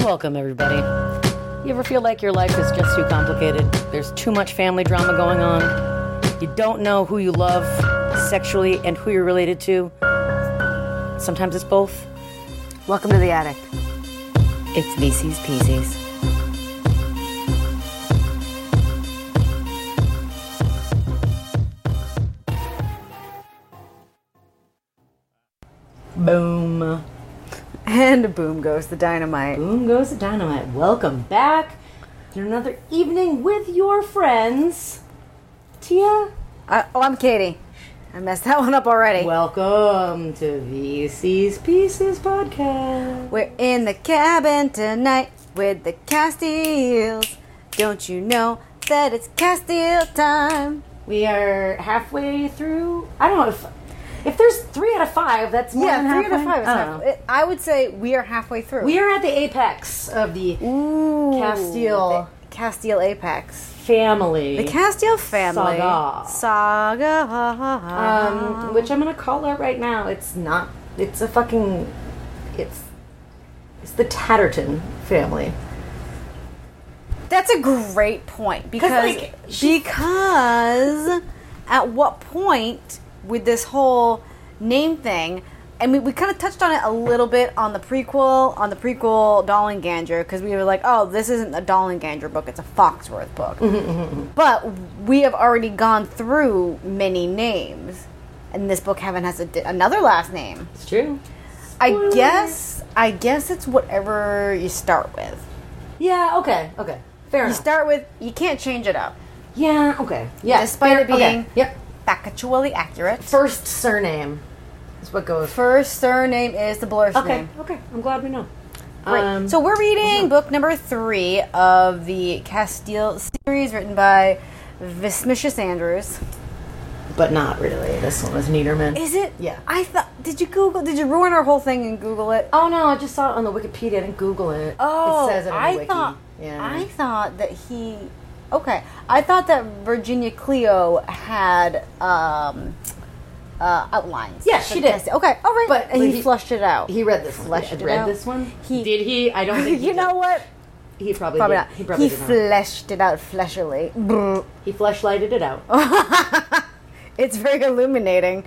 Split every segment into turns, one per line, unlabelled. Welcome, everybody. You ever feel like your life is just too complicated? There's too much family drama going on. You don't know who you love sexually and who you're related to. Sometimes it's both.
Welcome to the attic.
It's VC's Peasies.
Boom.
And boom goes the dynamite.
Boom goes the dynamite. Welcome back to another evening with your friends. Tia,
I, oh, I'm Katie. I messed that one up already.
welcome to VC's Pieces Podcast.
We're in the cabin tonight with the Castiles. Don't you know that it's Castile time?
We are halfway through. I don't know if if there's three out of five. That's more than
yeah, three out of
halfway.
five. Is
I don't
half-
know.
it- I would say we are halfway through.
We are at the apex of the
Ooh,
Castile.
the Castile apex.
family.
The Castile family.
Saga.
Saga. Oh.
um, which I'm gonna call out right now. It's not. It's a fucking. It's. It's the Tatterton family.
That's a great point because
like, she-
because at what point with this whole name thing, and we, we kind of touched on it a little bit on the prequel on the prequel Dollenganger because we were like, oh, this isn't a Dollenganger book; it's a Foxworth book.
Mm-hmm.
But we have already gone through many names, and this book heaven has a di- another last name.
It's true.
I guess I guess it's whatever you start with.
Yeah. Okay. Okay. Fair
You
enough.
start with you can't change it up.
yeah. Okay. Yeah.
Despite
fair-
it being-
Okay. Yep.
factually accurate.
First surname is what goes.
First surname is the blur's
Okay.
name.
Okay. I'm glad we know. Um,
Great. so we're reading book number three of the Castile series, written by Vismicius Andrews.
but not really. This one was Niederman.
Is it?
Yeah.
I thought. Did you Google? Did you ruin our whole thing and Google it?
Oh no, I just saw it on the Wikipedia. I didn't Google it. it says it on
Oh, I
the wiki.
thought.
yeah.
I thought that he. Okay, I thought that Virginia Cleo had um, uh, outlines.
Yeah, she did.
Fantastic. Okay, all right.
But-
and
but
he,
he-
flushed it out.
he read this one.
Fleshed
He
it
read
out.
this one.
He-
did he? I don't think he
you know
did.
what?
He probably,
Probably
did.
not.
He probably
he
did not.
fleshed it out fleshily. Brr.
He flashlighted it out.
It's very illuminating.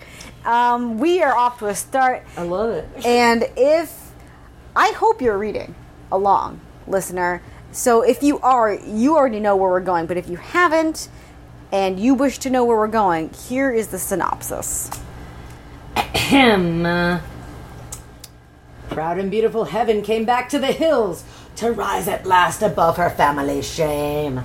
Um, we are off to a start,
I love it.
and if I hope you're reading along, listener. So if you are, you already know where we're going. But if you haven't, and you wish to know where we're going, here is the synopsis.
Him. Proud and beautiful heaven came back to the hills to rise at last above her family's shame.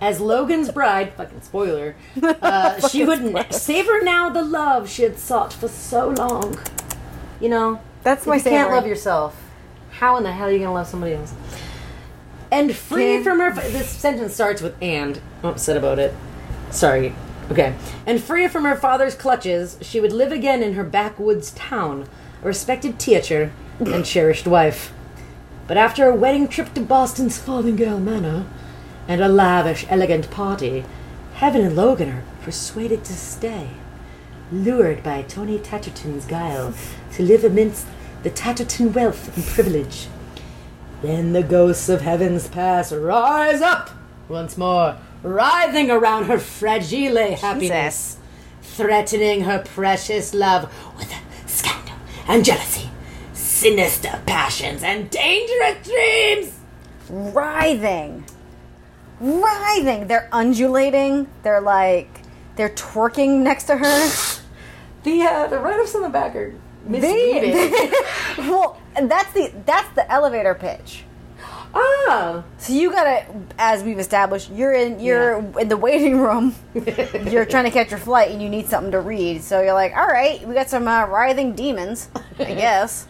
As Logan's bride, fucking spoiler, uh, she would n- savor now the love she had sought for so long. You know,
That's
if
my
you can't
favorite.
love yourself. How in the hell are you gonna love somebody else? And free
Can-
from her. This sentence starts with and. I'm upset about it. Sorry. Okay. And free from her father's clutches, she would live again in her backwoods town, a respected teacher and cherished wife. But after a wedding trip to Boston's Farthingale Manor and a lavish, elegant party, Heaven and Logan are persuaded to stay, lured by Tony Tatterton's guile to live amidst the Tatterton wealth and privilege. Then the ghosts of heaven's past rise up once more, writhing around her fragile happiness, threatening her precious love with scandal and jealousy, sinister passions, and dangerous dreams.
writhing, writhing. They're undulating. They're like they're twerking next to her.
The uh, the write-ups on the back are misleading.
well, that's the that's the elevator pitch.
Ah,
So you gotta, as we've established, you're in you're in the waiting room. you're trying to catch your flight, and you need something to read. So you're like, all right, we got some uh, writhing demons, I guess.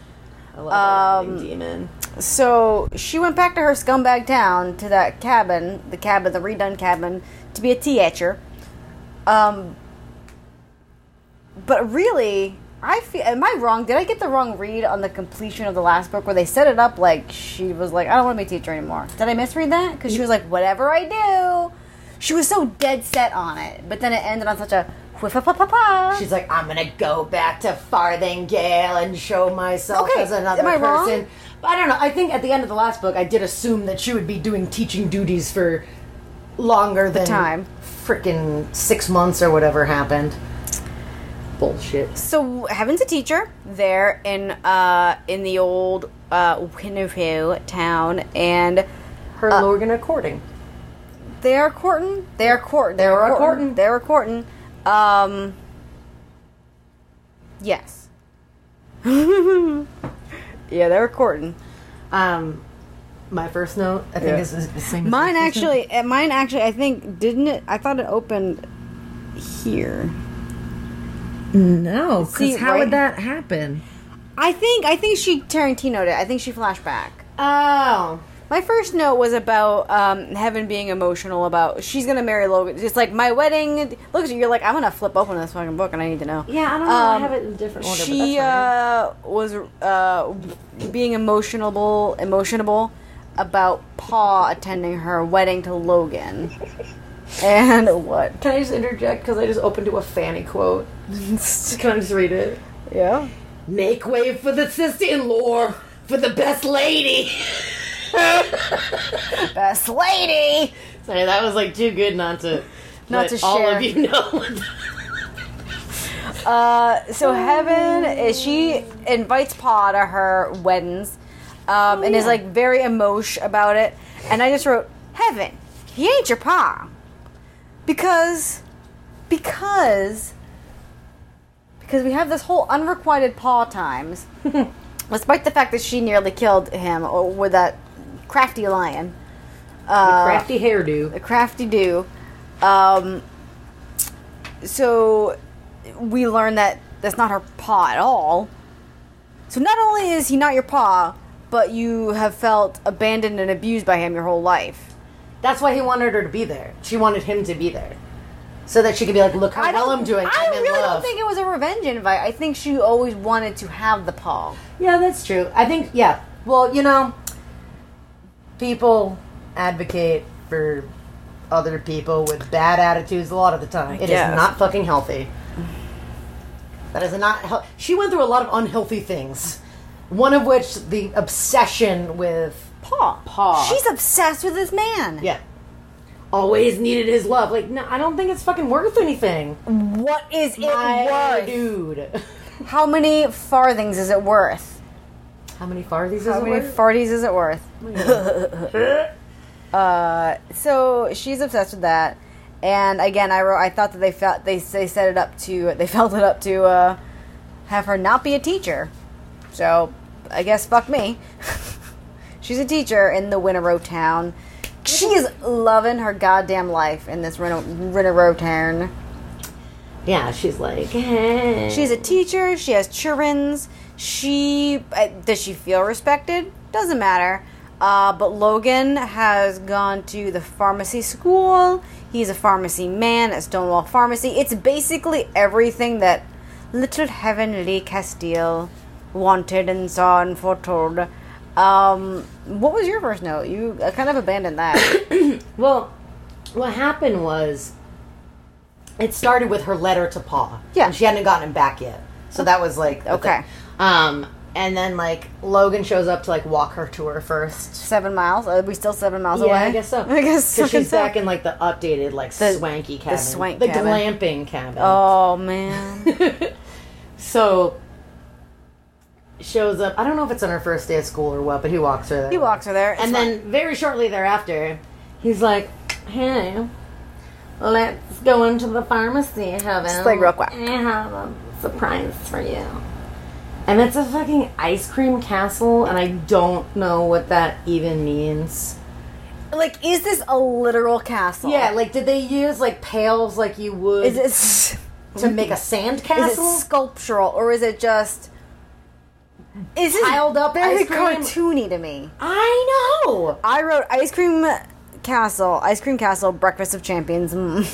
I love um, demon.
so she went back to her scumbag town to that cabin, the cabin, the redone cabin, to be a teacher. Um, but really, I feel. Am I wrong? Did I get the wrong read on the completion of the last book where they set it up like she was like, I don't want to be a teacher anymore? Did I misread that? Because she was like, whatever I do. She was so dead set on it, but then it ended on such a Whiff-a-pa-pa-pa.
She's like, I'm gonna go back to Farthingale and show myself
Okay,
as another
am I wrong?
person. But I don't know. I think at the end of the last book, I did assume that she would be doing teaching duties for longer than
time.
Freaking six months or whatever happened. Bullshit.
So Heaven's a teacher there in uh in the old uh Winnehu town and
Her
Uh,
Lorgan according.
they are courting. They are courting. They
are
are
courting.
courting. They are courting. Um Yes. yeah, they were courting.
Um, my first note, I think,
Yeah.
is, is the same. as
Mine
yours.
actually uh, mine actually I think didn't it I thought it opened here.
No,
See,
because how
right-
would that happen?
I think I think she Tarantino'd it. I think she flashed back.
Oh.
My first note was about um, Heaven being emotional about she's gonna marry Logan. It's like my wedding. Look, you're like I'm gonna flip open this fucking book and I need to know.
Yeah, I don't know. I have it in a different order.
Um, She uh, was uh, being emotionable, emotionable about Pa attending her wedding to Logan. And what?
Can I just interject? Because I just opened to a fanny quote. Can I just read it?
Yeah.
Make way for the sister in law, for the best lady.
Best lady.
Sorry, that was like too good not to. let
Not to
All
share.
of you know.
Uh, so Heaven is she invites Pa to her weddings, um, and is like very emotion about it. And I just wrote Heaven, he ain't your Pa, because because because we have this whole unrequited Pa times, despite the fact that she nearly killed him uh, with that crafty lion, uh,
crafty hairdo.
the crafty do. Um, so we learn that that's not her paw at all. So not only is he not your paw, but you have felt abandoned and abused by him your whole life.
That's why he wanted her to be there. She wanted him to be there, so that she could be like, "Look how well
don't-
I'm doing.
I
I'm in
really
love."
don't think it was a revenge invite. I think she always wanted to have the paw.
yeah, that's true. I think. Yeah. Well, you know, people advocate for other people with bad attitudes a lot of the time. It is
guess.
not fucking healthy. That is not. Hel- she went through a lot of unhealthy things. One of which the obsession with
Paw.
Paw.
She's obsessed with this man.
Yeah. Always needed his love. Like, no, I don't think it's fucking worth anything.
What is it
My
worth?
dude.
How many farthings is it worth?
How many farthies is
How
it
many
worth?
farties is it worth? uh, so she's obsessed with that, and again, I wrote. I thought that they felt they they set it up to they felt it up to uh, have her not be a teacher. So I guess fuck me. she's a teacher in the Winnerow town. She is loving her goddamn life in this Winne- Winnerow town.
yeah, she's like,
She's a teacher. She has childrens. She uh, does she feel respected? Doesn't matter. Uh, but Logan has gone to the pharmacy school. He's a pharmacy man at Stonewall Pharmacy. It's basically everything that little heavenly Castile wanted and saw and foretold. Um, what was your first note? You uh, kind of abandoned that.
well, what happened was it started with her letter to Paul.
Yeah.
And she hadn't gotten him back yet. So that was like, the
Okay.
thing. Um, and then, like, Logan shows up to, like, walk her to her first.
seven miles. Are we still seven miles away?
Yeah, I guess so.
I guess
'Cause she's
so.
back in like the updated, like
The-
swanky
the
cabin,
swank
the
cabin.
glamping cabin.
Oh man.
So shows up. I don't know if it's on her first day of school or what, but he walks her there.
He walks her there. It's
and
fine.
then very shortly thereafter, he's like, "Hey, let's go into the pharmacy, heaven.
Just, like, real quick.
I have a surprise for you." And it's a fucking ice cream castle, and I don't know what that even means. Oh.
Like, is this a literal castle?
Yeah, like, did they use like pails like you would
Is it s-
to make a sand
is it
castle?
sculptural or is it just? Is it
Tiled up
very
ice cream?
cartoony to me?
I know.
I wrote ice cream castle, ice cream castle, breakfast of champions. Mm.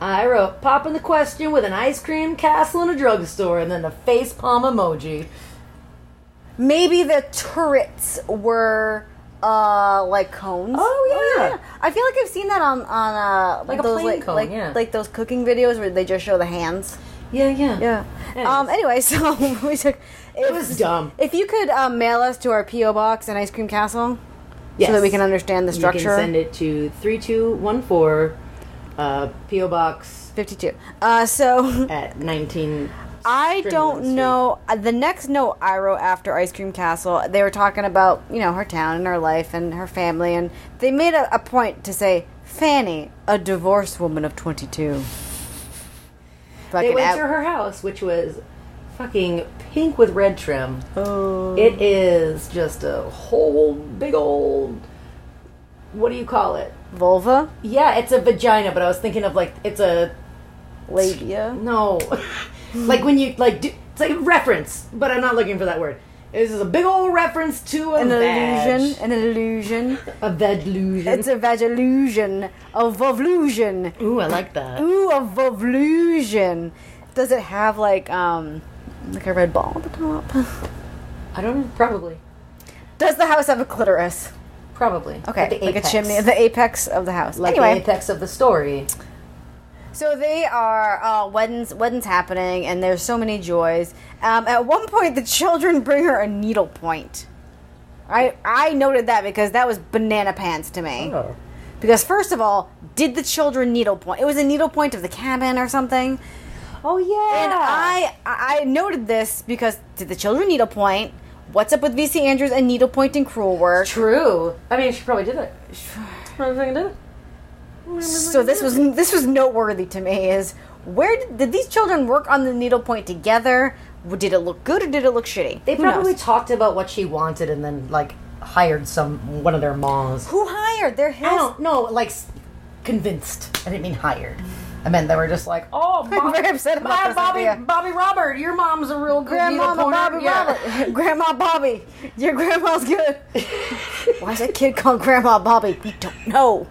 I wrote popping the question with an ice cream castle in a drugstore and then the face palm emoji.
Maybe the turrets were uh, like cones.
Oh, yeah.
I feel like I've seen that on on uh,
Like a
those
plain
like
cone,
like,
yeah.
like those cooking videos where they just show the hands.
Yeah, yeah.
Yeah. Um. Anyway, so we took. It
was dumb.
If you could um, mail us to our PO box in Ice Cream Castle,
Yes.
so that we can understand the structure.
You can send it to 3214 uh, P.O. Box
Fifty-two. Uh. So
at 19.
I
Stringman
don't
Street.
know. uh, The next note I wrote after Ice Cream Castle, they were talking about, you know, her town and her life and her family, and they made a, a point to say, Fanny, a divorced woman of 22.
They
Fucking
went
ab-
to her house, which was fucking pink with red trim.
Oh.
It is just a whole big old. What do you call it?
vulva?
Yeah, it's a vagina, but I was thinking of like it's a
Labia?
no, like when you like do, it's like a reference, but I'm not looking for that word. This is a big old reference to a
An
vag.
illusion. An illusion.
a vaglusion.
it's a vag illusion. A vulvlusion.
Ooh, I like that.
Ooh, a vulvlusion. Does it have, like, um, like a red ball at the top?
I don't know. Probably,
Does the house have a clitoris?
probably.
Okay,
the
like a
apex.
chimney, the apex of the house.
Like
anyway,
the apex of the story.
so they are uh, weddings. Weddings happening, and there's so many joys. Um, at one point, the children bring her a needle point. I I noted that because that was banana pants to me.
Oh.
Because first of all, did the children needle point? It was a needle point of the cabin or something.
Oh yeah.
And I I I noted this because did the children needle point? What's up with VC Andrews and needle point and cruel work?
True. I mean, she probably did it. Probably fucking did it.
So this was this was noteworthy to me. Is where did, did these children work on the needlepoint together? Did it look good or did it look shitty?
They
Who
probably
knows?
talked about what she wanted and then like hired some one of their moms.
who hired their
I
house.
don't know, like s- convinced. I didn't mean hired. I meant they were just like, oh,
I'm
Bob-
very upset about
Bob-
this
Bobby,
idea.
Bobby Robert, your mom's a real good
Grandma
needle pointer.
Bobby
Yeah.
Robert, Grandma Bobby, your grandma's good. Why is that kid called Grandma Bobby? We don't know.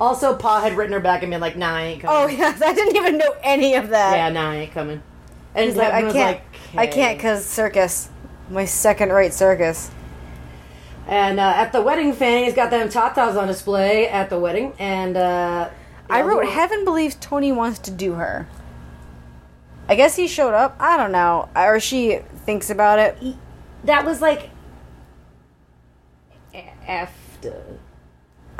Also, Pa had written her back and been like, "Nah, I ain't coming."
Oh yes, I didn't even know any of that.
yeah, nah, I ain't coming. And
He's like, I
was
can't,
like,
I can't
"Okay."
because circus, my second rate circus.
And uh, at the wedding, Fanny's got them tatas on display at the wedding, and uh,
I wrote
yeah,
Heaven believes Tony wants to do her. I guess he showed up. I don't know. Or she thinks about it.
that was like a- after.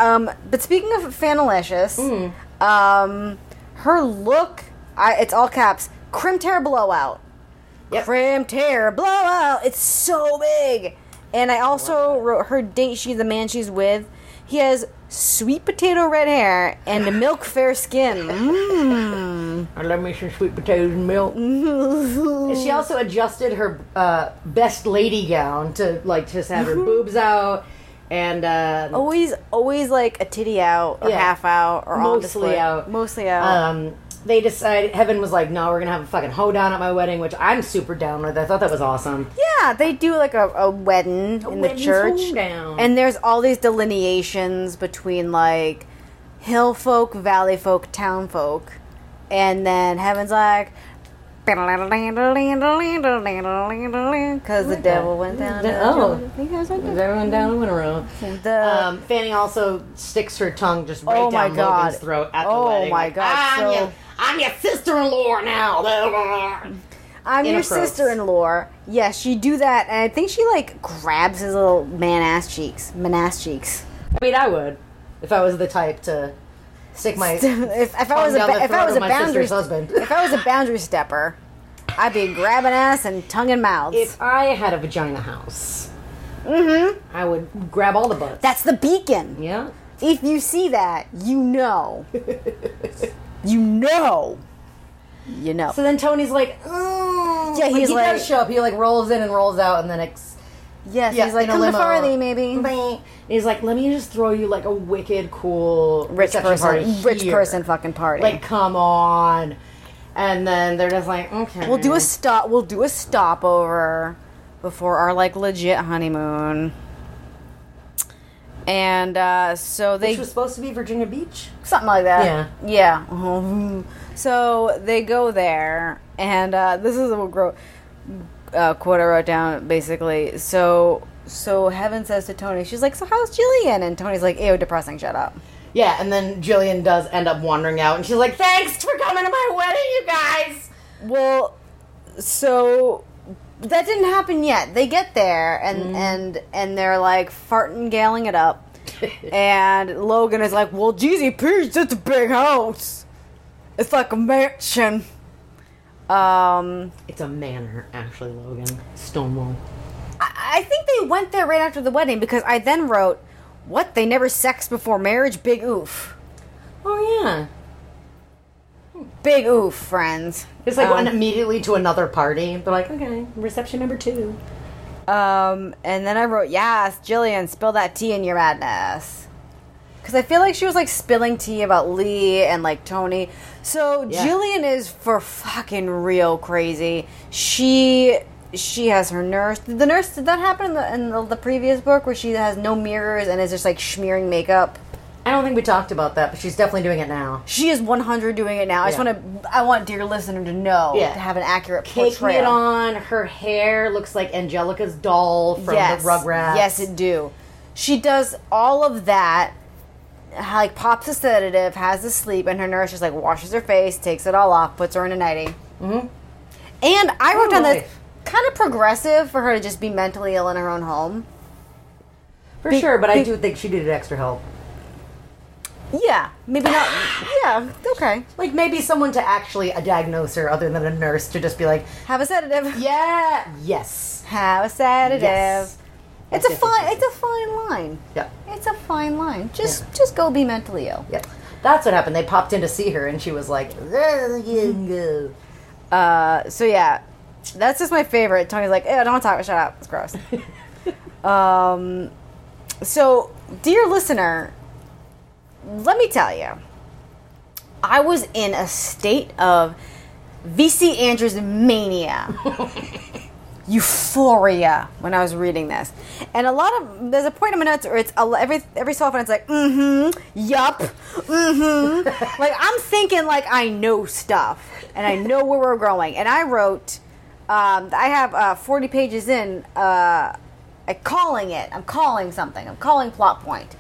Um, but speaking of Fanalicious,
Hmm.
um, her look, I, it's all caps, crim tear blowout.
Yep.
Crim tear blowout. It's so big. And I also wrote her date, she's the man she's with. He has sweet potato red hair and milk fair skin. Mm.
I love me some sweet potatoes and milk. She also adjusted her uh, best lady gown to like just have her boobs out and uh,
always always like a titty out or
Yeah.
half out or on
Mostly
display.
out.
mostly out
um, they decided heaven was like no we're gonna have a fucking hoedown at my wedding which i'm super down with i thought that was awesome
yeah they do like a, a wedding in the
wedding's
church
hoedown.
and there's all these delineations between like hill folk valley folk town folk and then heaven's like because the devil went down.
Oh.
the,
Is everyone down in a row?
the
Um, Fanny also sticks her tongue just right
Oh my
down Logan's
God.
throat at
Oh
the wedding.
my
like,
God,
I'm,
so-
your, I'm your sister-in-law now.
I'm your
inappropriate.
sister in law. Yes, she do that, and I think she like grabs his little man ass cheeks, man ass cheeks.
I mean, I would.
If I was the type to stick my
if, if I was a
down
ba-
the
if I
throat
was
of
a
my
boundary
sister's husband.
if I was a boundary stepper, I'd be grabbing ass and tongue and mouths.
If I had a vagina house, mm-hmm. I would grab all the butts.
That's the beacon.
yeah.
If you see that, you know, you know, you know.
So then Tony's like, oh.
yeah,
Like,
he's
he
like,
does show up. He like rolls in and rolls out, and then ex-
yes,
yeah,
he's like,
in a
come to
limo.
Farley, maybe.
And he's like, let me just throw you like a wicked cool
Rich
reception party
person, rich
here.
person, fucking party.
Like, come on. And then they're just like, okay.
We'll
mm-hmm.
do a stop. We'll do a stopover before our like legit honeymoon. And uh, so they
which was supposed to be Virginia Beach.
something like that.
Yeah.
yeah. Mhm. So they go there, and uh, this is a gro- uh, quote I wrote down basically. So so Heaven says to Tony, she's like, so how's Jillian? And Tony's like, ew, depressing, shut up.
Yeah, and then Jillian does end up wandering out, and she's like, "Thanks for coming to my wedding, you guys."
Well, so that didn't happen yet. They get there and and and they're like farting, galing it up. and Logan is like, "Well, GZP's just a big house. It's like a mansion." Um,
It's a manor, actually, Logan Stonewall.
I I think they went there right after the wedding because I then wrote, "What? They never sexed before marriage? Big oof,
Oh yeah,
big oof, friends."
it's like
Um,
went immediately to another party. They're like, "Okay, reception number two.
Um, and then I wrote, "Yes, Jillian, spill that tea in your madness," because I feel like she was like spilling tea about Lee and like Tony. So
Yeah.
Jillian is for fucking real crazy. She she has her nurse. Did the nurse did that happen in the in the, the previous book where she has no mirrors and is just like smearing makeup?
I don't think we talked about that, but she's definitely doing it now.
She is one hundred doing it now. I just
Yeah.
want to. I want dear listener to know
Yeah.
to have an accurate
Taking
portrayal.
it on, her hair looks like Angelica's doll from the Rugrats.
Yes, it do. She does all of that. ha- Like pops a sedative, has a sleep, and her nurse just like washes her face, takes it all off, puts her in a nightie. Mm-hmm. And I wrote down that
life.
kind of progressive for her to just be mentally ill in her own home.
for sure. But I do think she needed extra help.
Yeah, maybe not. yeah, okay.
Like maybe someone to actually uh, diagnose her, other than a nurse, to just be like,
Have a sedative.
"Yeah, yes,
Have a sedative.
yes."
It's a
Yes, yes,
fine.
yes,
It's a fine line.
Yeah.
It's a fine line. Just, just go be mentally ill.
Yep. That's what happened. They popped in to see her, and she was like, "Ugh."
Uh, so yeah, that's just my favorite. Tony's like, "Ew, I don't want to talk. Shut up. It's gross. um, so, dear listener, let me tell you, I was in a state of VC Andrews mania. Euphoria when I was reading this, and a lot of there's a point in my notes where it's a, every every so often it's like mm-hmm, yup, mm-hmm. like I'm thinking like I know stuff and I know where we're going, and I wrote, um, I have uh, 40 pages in, uh, I'm calling it, I'm calling something, I'm calling plot point.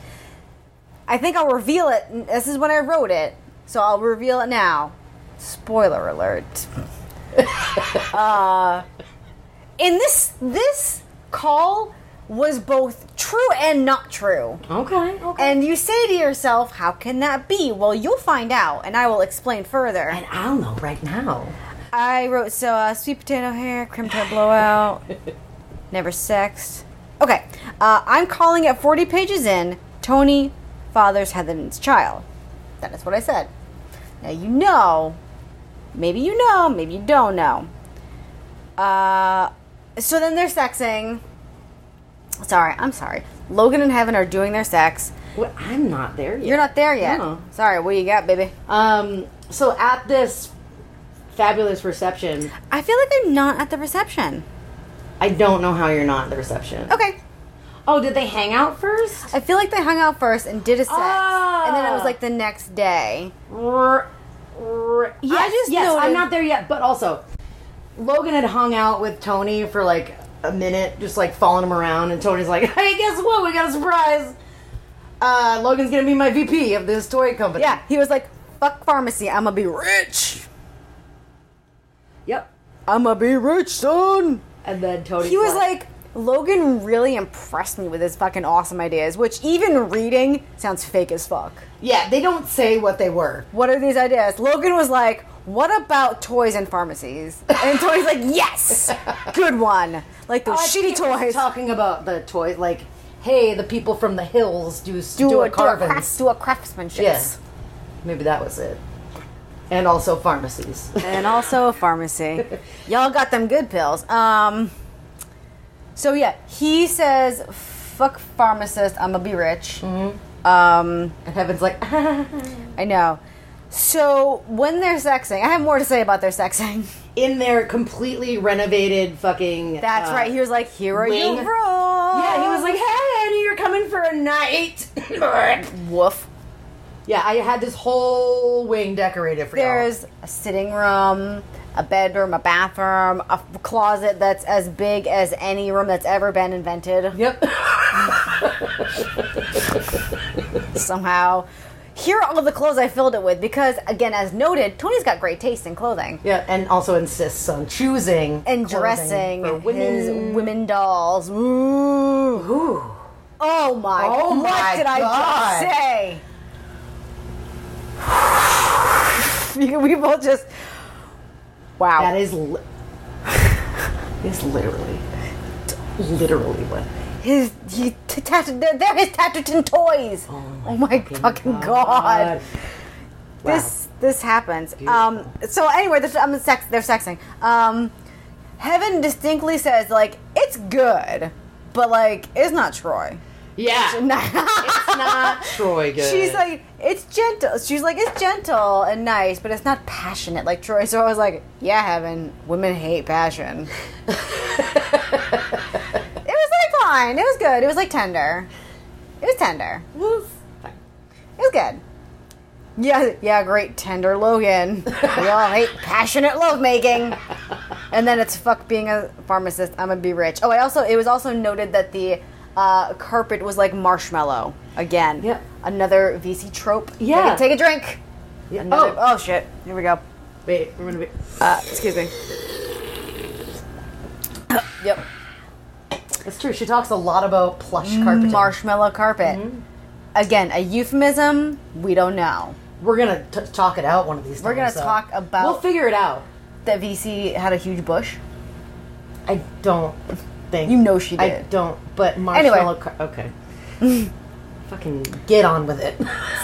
I think I'll reveal it. n- This is when I wrote it, so I'll reveal it now. Spoiler alert. uh, and this this call was both true and not true.
Okay, okay.
And you say to yourself, "How can that be?" Well, you'll find out, and I will explain further.
And I'll know right now.
I wrote so uh, sweet potato hair, crim toe blowout, never sexed. Okay, uh, I'm calling it 40 pages in. Tony fathers Heather's child. That is what I said. Now you know, maybe you know, maybe you don't know. Uh, so then they're sexing. Sorry, I'm sorry. Logan and Heaven are doing their sex.
Well, I'm not there yet.
You're not there yet.
No.
Sorry, what you got, baby?
Um. So at this fabulous reception,
I feel like I'm not at the reception.
I don't know how you're not at the reception.
Okay,
Oh, did they hang out first?
I feel like they hung out first and did a sex,
Ah.
and then it was like the next day.
R- r-
Yeah, I just
yes.
noted-
I'm not there yet, but also, Logan had hung out with Tony for like a minute, just like following him around, and Tony's like, "Hey, guess what? We got a surprise." Uh, Logan's gonna be my VP of this toy company.
Yeah, he was like, "Fuck pharmacy, I'ma be rich.
Yep.
I'ma be rich, son."
And then Tony.
He was like, Logan really impressed me with his fucking awesome ideas, which even reading sounds fake as fuck.
"Yeah, they don't say what they were."
What are these ideas? Logan was like, "What about toys and pharmacies?" And Tony's like, "Yes, good one. Like those
I
shitty
think he was
toys."
Talking about the toys, like, hey, the people from the hills do
Do,
do, do
a, do a craft,
carvings.
do a craftsmanship.
Yes, maybe that was it. And also pharmacies.
and also a pharmacy. Y'all got them good pills. Um. So yeah, he says, "Fuck pharmacist, I'ma be rich." Um,
and Heaven's like,
I know. So when they're sexing, I have more to say about their sexing.
in their completely renovated fucking.
That's
uh,
right. He was like, "Here are your
wing.
rolls."
Yeah, he was like, hey, Annie, you're coming for a night.
"Woof."
yeah, I had this whole wing decorated for y'all.
There's a sitting room, a bedroom, a bathroom, a f- closet that's as big as any room that's ever been invented.
Yep.
somehow. Here are all the clothes I filled it with because, again, as noted, Tony's got great taste in clothing
yeah, and also insists on choosing
and
clothing
dressing
for
his
women.
women dolls. Ooh.
Ooh.
Oh my!
Oh
what
my
did I
God.
just say? We- we both just wow.
That is li- is literally, literally what.
his he t- tattoo. They're, they're his Tatterton toys. Oh my, fucking god. this this happens. Um, so anyway, there's, I'm sex. They're sexing. Um, Heaven distinctly says like it's good, but like it's not Troy.
Yeah, it's not Troy. Good.
She's like it's gentle. She's like it's gentle and nice, but it's not passionate like Troy. So I was like, yeah, Heaven. Women hate passion. it was like fine. It was good. It was like tender. It was tender. It was good. Yeah, yeah, great tender Logan. We all hate passionate lovemaking. And then it's fuck being a pharmacist. I'm gonna be rich. Oh, I also it was also noted that the uh, carpet was like marshmallow again.
Yep.
Another VC trope. Take a-
Yeah.
Take a, drink. Another-
Oh,
oh shit. Here we go.
wait, we're gonna be.
Uh, excuse me. yep.
It's true. She talks a lot about plush carpet.
Mm-hmm. Marshmallow carpet.
Mm-hmm.
Again, a euphemism. We don't know.
We're gonna t- talk it out one of these.
We're
times, so.
gonna talk about-
We'll figure it out.
That VC had a huge bush.
I don't think
You know she
I
did.
don't. But
Anyway.
marshmallow. Car- okay. Fucking get on with it.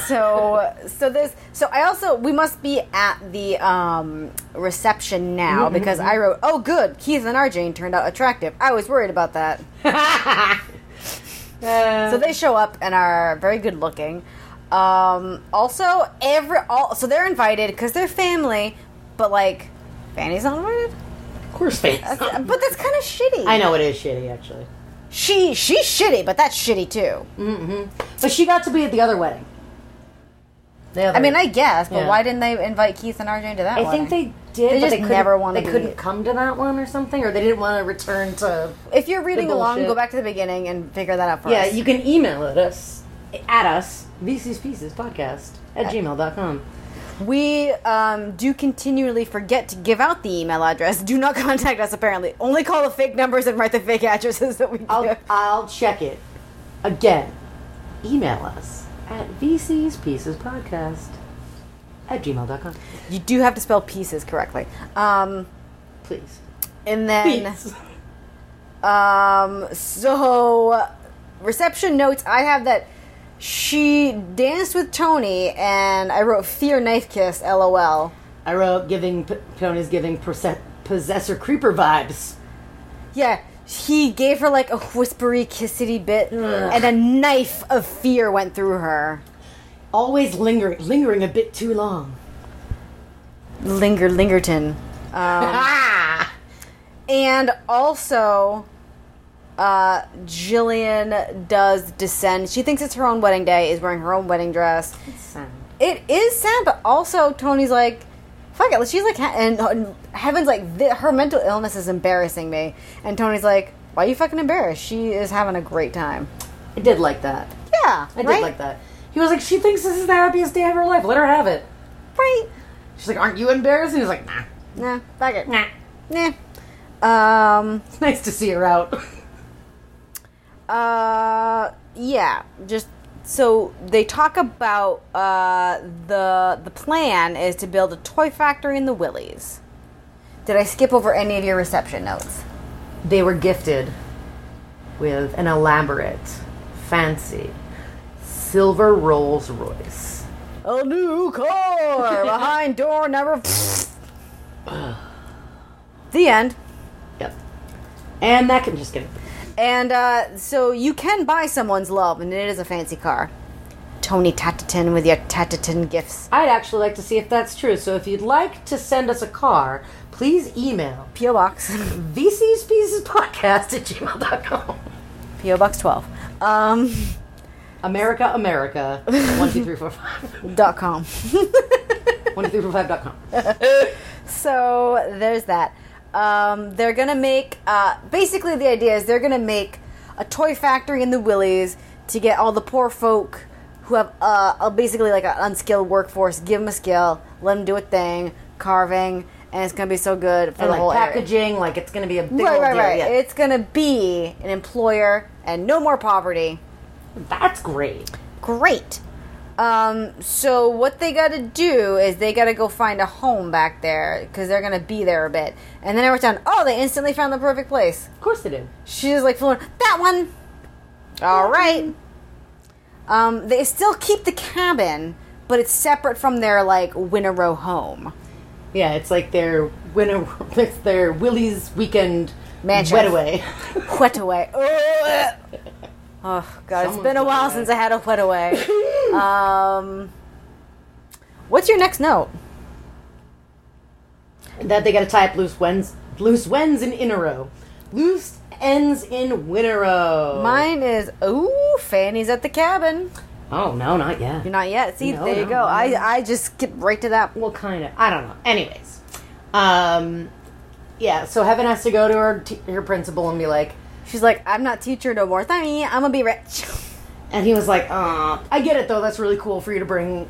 so so this so I also we must be at the um, reception now
Mm-hmm,
because I wrote oh good Keith and Arjane turned out attractive I was worried about that
Uh,
so they show up and are very good looking um, also every all so they're invited because they're family but like Fanny's not invited
of course, face.
but that's kind of shitty
Uh-uh. I know it is shitty, actually.
she she's shitty but that's shitty too
But she got to be at the other wedding. The other
I mean I guess but
Yeah.
why didn't they invite Keith and Arjane to that
I think
wedding?
they did.
They
but
just
couldn't-
never wanted
They
to
couldn't
meet.
come to that one or something, or they didn't want to return to.
If you're reading
The
along,
bullshit.
go back to the beginning and figure that out for
Yeah,
us.
you can email at us at us VC's Pieces Podcast at gmail.com.
we um, do continually forget to give out the email address. Do not contact us. Apparently, only call the fake numbers and write the fake addresses that we give.
I'll I'll check it again. Email us at VC's Pieces Podcast at gmail.com.
you do have to spell pieces correctly. Um,
Please.
and then, um, so reception notes. I have that she danced with Tony, and I wrote "Fear Knife Kiss." LOL.
I wrote giving P- Tony's giving Perse- possessor creeper vibes.
Yeah, he gave her like a whispery kissity bit, and a knife of fear went through her.
Always lingering, lingering a bit too long.
Linger, Lingerton.
Ah!
Um, And also, uh, Jillian does descend. She thinks it's her own wedding day, is wearing her own wedding dress.
Sound.
It is sad, but also Tony's like, fuck it. She's like, he- and, and Heaven's like, "Th- her mental illness is embarrassing me. And Tony's like, why you fucking embarrassed? She is having a great time.
I did like that.
Yeah,
I did
right?
like that. He was like, she thinks this is the happiest day of her life. Let her have it.
Right?
She's like, aren't you embarrassed? And he's like, nah.
Nah, fuck it. Nah. Nah. Um,
It's nice to see her out.
uh, yeah, just so they talk about uh, the the plan is to build a toy factory in the Willies. Did I skip over any of your reception notes?
they were gifted with an elaborate, fancy, silver Rolls Royce.
A new car behind door number. the end.
Yep. And that can just get
And uh, so you can buy someone's love, and it is a fancy car. Tony Tatterton with your Tatterton gifts.
I'd actually like to see if that's true. So if you'd like to send us a car, please email
P.O. Box.
VC's Pieces Podcast at gmail.com.
P.O. Box 12. Um,
America, America, 12345.
dot com.
12345.com.
so there's that. Um, they're gonna make uh, basically the idea is they're gonna make a toy factory in the Willies to get all the poor folk who have uh, a, basically like an unskilled workforce. Give them a skill, let them do a thing, carving, and it's gonna be so good for
And
the whole
like
area.
packaging, like it's gonna be a big
Right,
old
right,
deal.
right.
Yeah.
It's gonna be an employer and no more poverty.
That's great.
Great. Um, so what they got to do is they got to go find a home back there because they're gonna be there a bit. And then I wrote down, oh, they instantly found the perfect place.
Of course they did.
She was like, fluent, that one. All right. Um, they still keep the cabin, but it's separate from their like Winnerow home.
Yeah, it's like their winter, it's their Willie's weekend
Mansion.
wetaway.
wet away. Ugh. Oh god, it's been a while since I had a wet away. um, what's your next note?
that they got to tie up loose wends, loose wends in in a row, loose ends in winter row.
Mine is ooh, Fanny's at the cabin.
oh no, not yet.
You're not yet. See,
No,
there you
no,
go.
no.
I I just skipped right to that.
Well, kind of. I don't know. Anyways, um, yeah. So Heaven has to go to her t- her principal and be like,
She's like, I'm not teacher no more. Thank I'm gonna be rich.
and he was like, uh, I get it though. That's really cool for you to bring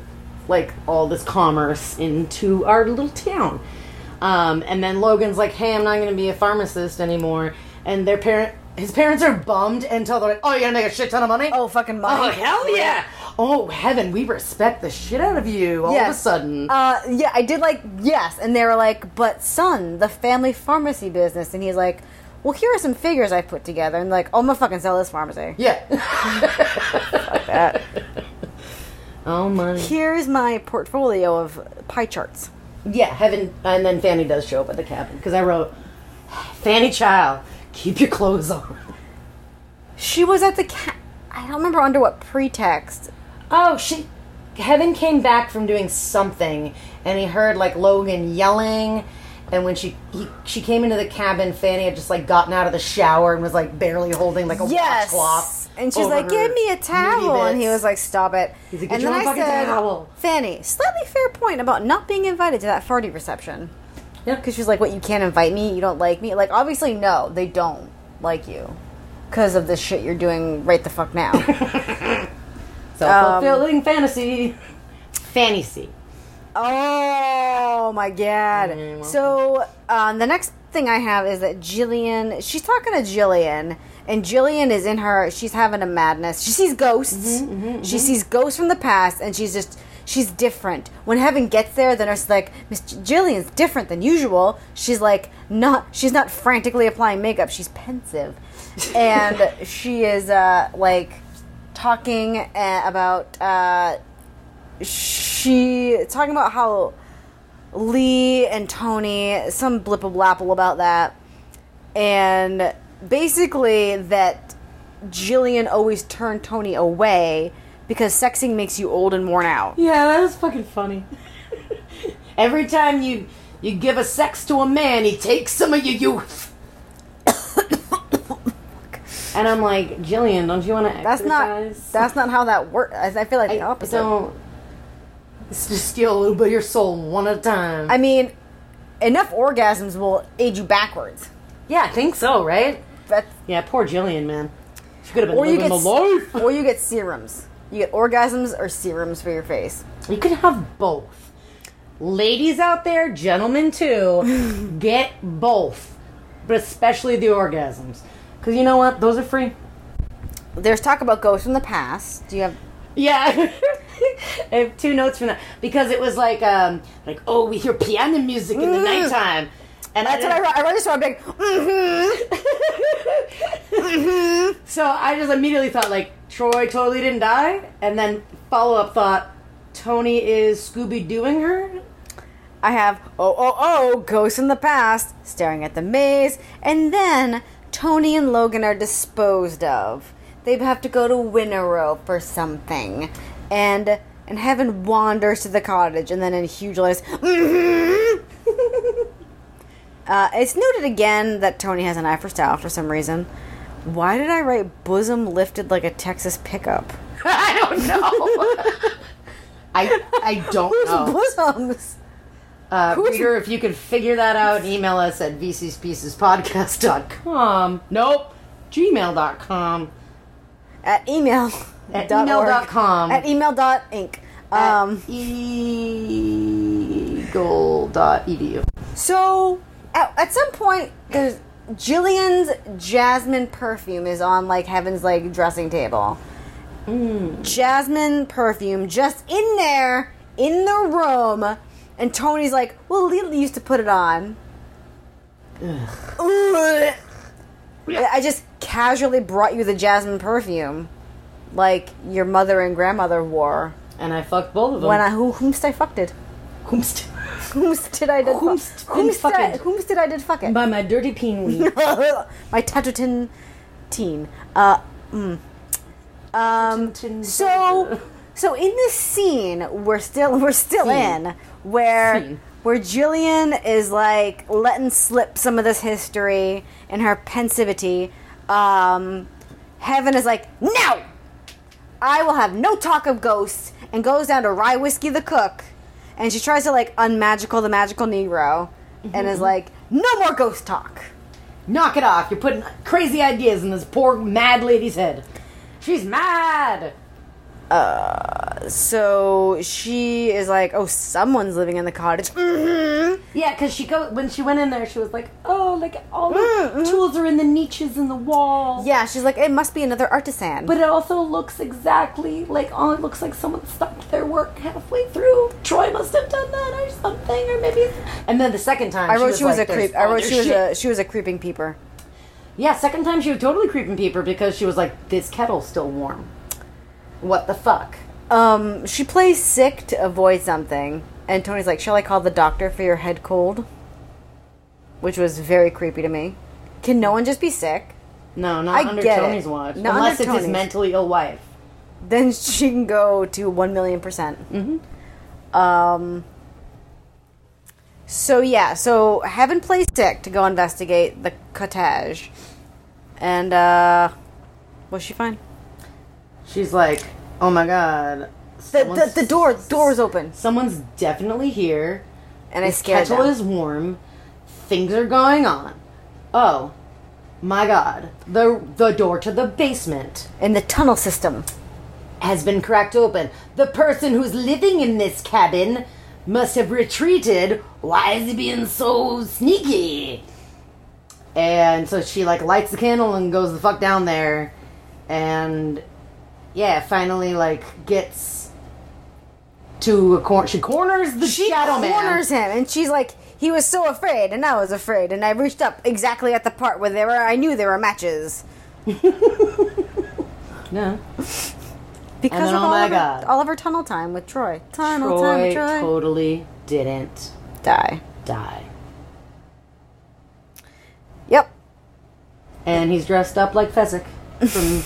like all this commerce into our little town. Um, and then Logan's like, Hey, I'm not going to be a pharmacist anymore. And their parent, his parents are bummed until they're like, Oh, you're gonna make a shit ton of money.
Oh fucking
Oh
money.
hell yeah! Oh heaven, we respect the shit out of you all of a
Yes.
sudden.
Uh, yeah, I did like yes, and they were like, but son, the family pharmacy business, and he's like, well, here are some figures I put together, and like, oh, I'm gonna fucking sell this pharmacy.
yeah. Oh my.
Here's my portfolio of pie charts.
Yeah, heaven, and then Fanny does show up at the cabin because I wrote, Fanny Child, keep your clothes on.
She was at the ca- I don't remember under what pretext.
Oh, she. Heaven came back from doing something, and he heard like Logan yelling. And when she he, she came into the cabin, Fanny had just like gotten out of the shower and was like barely holding like a washcloth.
And she's
over
like,
her
"Give me a
nudie
towel," and he
bits.
was like, "Stop it."
He's like, "Get
and
your
then
own
I
fucking
said,
towel."
"Fanny, slightly fair point about not being invited to that farty reception."
Yeah.
because she's like, "What? You can't invite me? You don't like me?" Like, obviously, no, they don't like you because of the shit you're doing right the fuck now.
self fulfilling
Um,
fantasy. Fantasy.
Oh my god.
You're welcome.
So um, the next thing I have is that Jillian, she's talking to Jillian, and Jillian is in her, she's having a madness. She sees ghosts. She sees ghosts from the past, and she's just, she's different. When Heaven gets there, the nurse is like, Miss J- Jillian's different than usual. She's like, not, she's not frantically applying makeup, she's pensive. and she is uh, like talking uh, about, uh, she talking about how Lee and Tony some blip a blapple about that, and basically that Jillian always turned Tony away because sexing makes you old and worn out.
Yeah, that was fucking funny. Every time you you give a sex to a man, he takes some of your youth. and I'm like, Jillian, don't you want to
That's
exercise?
not that's not how that works. I I feel like the
I
opposite.
don't. It's just steal a little bit of your soul one at a time.
I mean, enough orgasms will age you backwards.
yeah, I think so, right?
That's
Yeah, poor Jillian, man. She could have been
or you
living
get
the
s-
life.
or you get serums. You get orgasms or serums for your face.
You could have both. Ladies out there, gentlemen too, get both, but especially the orgasms, because you know what? Those are free.
There's talk about ghosts from the past. Do you have
Yeah. I have two notes from that because it was like, um, like oh, we hear piano music in the nighttime, and
That's what I wrote. I wrote this one big. Mm-hmm.
So I just immediately thought like Troy totally didn't die, and then follow up thought Tony is Scooby Dooing her.
I have oh oh oh ghosts in the past staring at the maze, and then Tony and Logan are disposed of. They have to go to Winnerow for something, and and Heaven wanders to the cottage, and then in huge lies. Mm-hmm. uh, it's noted again that Tony has an eye for style for some reason. Why did I write bosom lifted like a Texas pickup?
I don't know. I I don't know.
Bosoms.
Uh,
Who is-
reader, if you could figure that out, email us at vcspiecespodcast.com. Nope. Gmail.com.
At email.
At
dot
email
org.
dot com.
At email dot inc. Um,
Eagle.edu.
so at, at some point, there's Jillian's jasmine perfume is on like Heaven's like dressing table.
Hmm.
Jasmine perfume just in there in the room, and Tony's like, "Well, Lily used to put it on." Ugh. I just casually brought you the jasmine perfume, like your mother and grandmother wore.
And I fucked both of them.
When I who whomst I fucked it.
Whomst.
Whomst did I did fu-
Whomst been
whomst did I,
fucked.
whomst did I did fuck it?
By my dirty peen.
My tattootin teen. Uh, mm. Um. So, so in this scene, we're still we're still
Scene.
in where
Scene.
where Jillian is like letting slip some of this history and her pensivity. Um, Heaven is like no. I will have no talk of ghosts, and goes down to Rye Whiskey the cook, and she tries to like unmagical the magical Negro, and
Mm-hmm.
is like, no more ghost talk.
Knock it off. You're putting crazy ideas in this poor mad lady's head. She's mad.
So she is like, oh, someone's living in the cottage. Mm-hmm.
Yeah, because she go when she went in there, she was like, "Oh, like all the
Mm, mm.
tools are in the niches in the wall."
Yeah, she's like, it must be another artisan.
But it also looks exactly like oh, it looks like someone stopped their work halfway through. Troy must have done that or something, or maybe. And then the second time,
I wrote she was,
like,
a
"There's
creep. I
other
wrote she was
shit."
a she was a creeping peeper.
Yeah, second time she was totally creeping peeper because she was like, "This kettle's still warm." What the fuck?
Um, she plays sick to avoid something, and Tony's like, "Shall I call the doctor for your head cold?" Which was very creepy to me. Can no one just be sick?
No, not
I
under
get it.
Tony's watch.
Not
unless
under
it's
Tony's.
his mentally ill wife.
Then she can go to one million percent. Mm-hmm. Um. So yeah, so Heaven plays sick to go investigate the cottage, and uh, was she fine?
She's like, "Oh my god."
The, the, the door door was open,
Someone's definitely here.
and I
This
scared
kettle
them.
is warm. Things are going on. Oh my god. The the door to the basement
in the tunnel system.
has been cracked open. The person who's living in this cabin must have retreated. Why is he being so sneaky? And so she like lights the candle and goes the fuck down there and yeah, finally like gets to a corner. She corners the shadow man.
corners him, and she's like, "He was so afraid, and I was afraid, and I reached up exactly at the part where there were. I knew there were matches
Yeah.
because
And then,
of
oh
all
my
of, her,
God.
all of her tunnel time with Troy. Tunnel time,
Troy
with Troy.
totally didn't
Die.
die.
Yep.
And he's dressed up like Fezzik from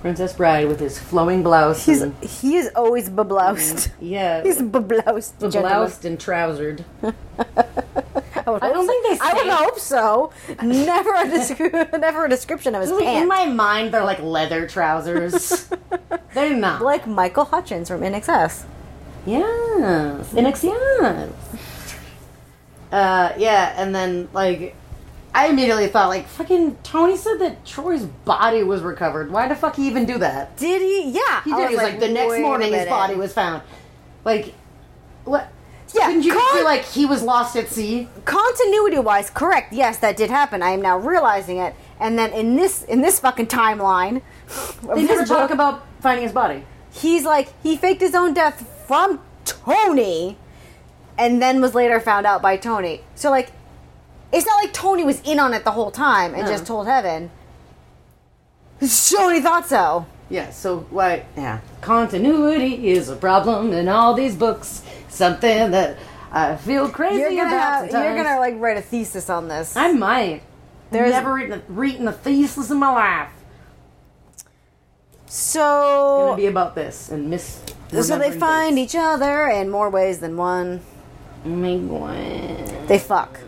Princess Bride with his flowing blouse.
He's
and,
he is always bebloused.
yeah,
He's bebloused. gentleman.
bloused and trousered.
would
I don't
hope
think
so.
they
I would
say.
hope so. Never a descri- never a description of his
In
pants.
my mind, they're like leather trousers. they're not.
like Michael Hutchins from NXS.
Yes, Inexions. Uh, yeah, and then like, I immediately thought like, fucking Tony said that Troy's body was recovered. Why the fuck he even do that?
Did he? Yeah.
He did.
I was
It was like, the next
wait a
morning his
minute.
body was found. Like, what?
Yeah,
Didn't you just
Con-
feel like he was lost at sea?
continuity wise correct yes that did happen i am now realizing it and then in this in this fucking timeline of
They
this
never talk
book,
about finding his body.
he's like he faked his own death from tony and then was later found out by tony so like it's not like tony was in on it the whole time and just told heaven tony thought so
Yeah. So why? Yeah. Continuity is a problem in all these books. Something that I feel crazy
you're gonna
about.
have, you're
sometimes.
gonna like write a thesis on this
I might. There's
There's-
never written a, written a thesis in my life. It's
so
gonna be about this and miss.
so they find e- each other in more ways than one They fuck.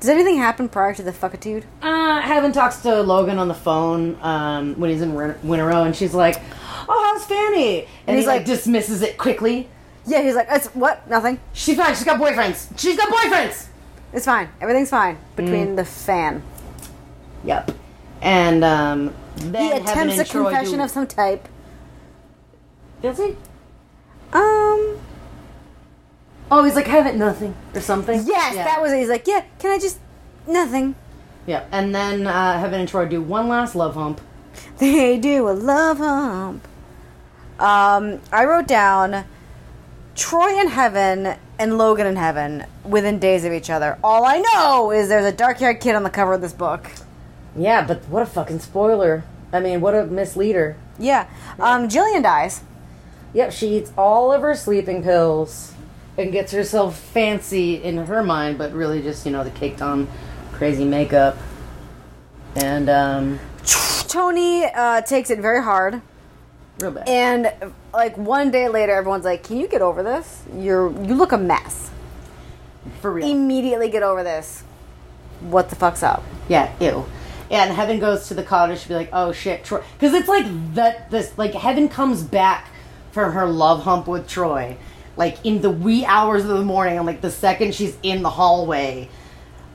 Does anything happen prior to the fuckitude?
Uh, Heaven talks to Logan on the phone um, when he's in Win- Winter Row, and she's like, "Oh, how's Fanny?" And,
he's
he like
like-
dismisses it quickly.
Yeah, he's like, it's what? Nothing.
She's fine. She's got boyfriends. She's got boyfriends.
It's fine. Everything's fine
Mm.
between the fan.
Yep. And um, then
He
Heaven
attempts
and
a
Troy
confession
do-
of some type.
Does he?
Um.
Oh, he's like haven't nothing or something.
Yes,
Yeah.
that was it. He's like, yeah. Can I just nothing?
Yep. And then uh, Heaven and Troy do one last love hump.
They do a love hump. Um, I wrote down Troy in heaven and Logan in heaven within days of each other. All I know is there's a dark haired kid on the cover of this book.
Yeah, but what a fucking spoiler. I mean, what a misleader.
Yeah. Um, Jillian dies.
Yep, she eats all of her sleeping pills and gets herself fancy in her mind, but really just, you know, the caked on crazy makeup. And, um,
Tony uh, takes it very hard.
real bad.
And like one day later, everyone's like, "Can you get over this? You're you look a mess.
For real.
Immediately get over this. What the fuck's up?"
Yeah, ew. Yeah, and Heaven goes to the cottage to be like, oh shit, Troy. Because it's like that, this, like, Heaven comes back from her love hump with Troy. Like, in the wee hours of the morning, and like the second she's in the hallway,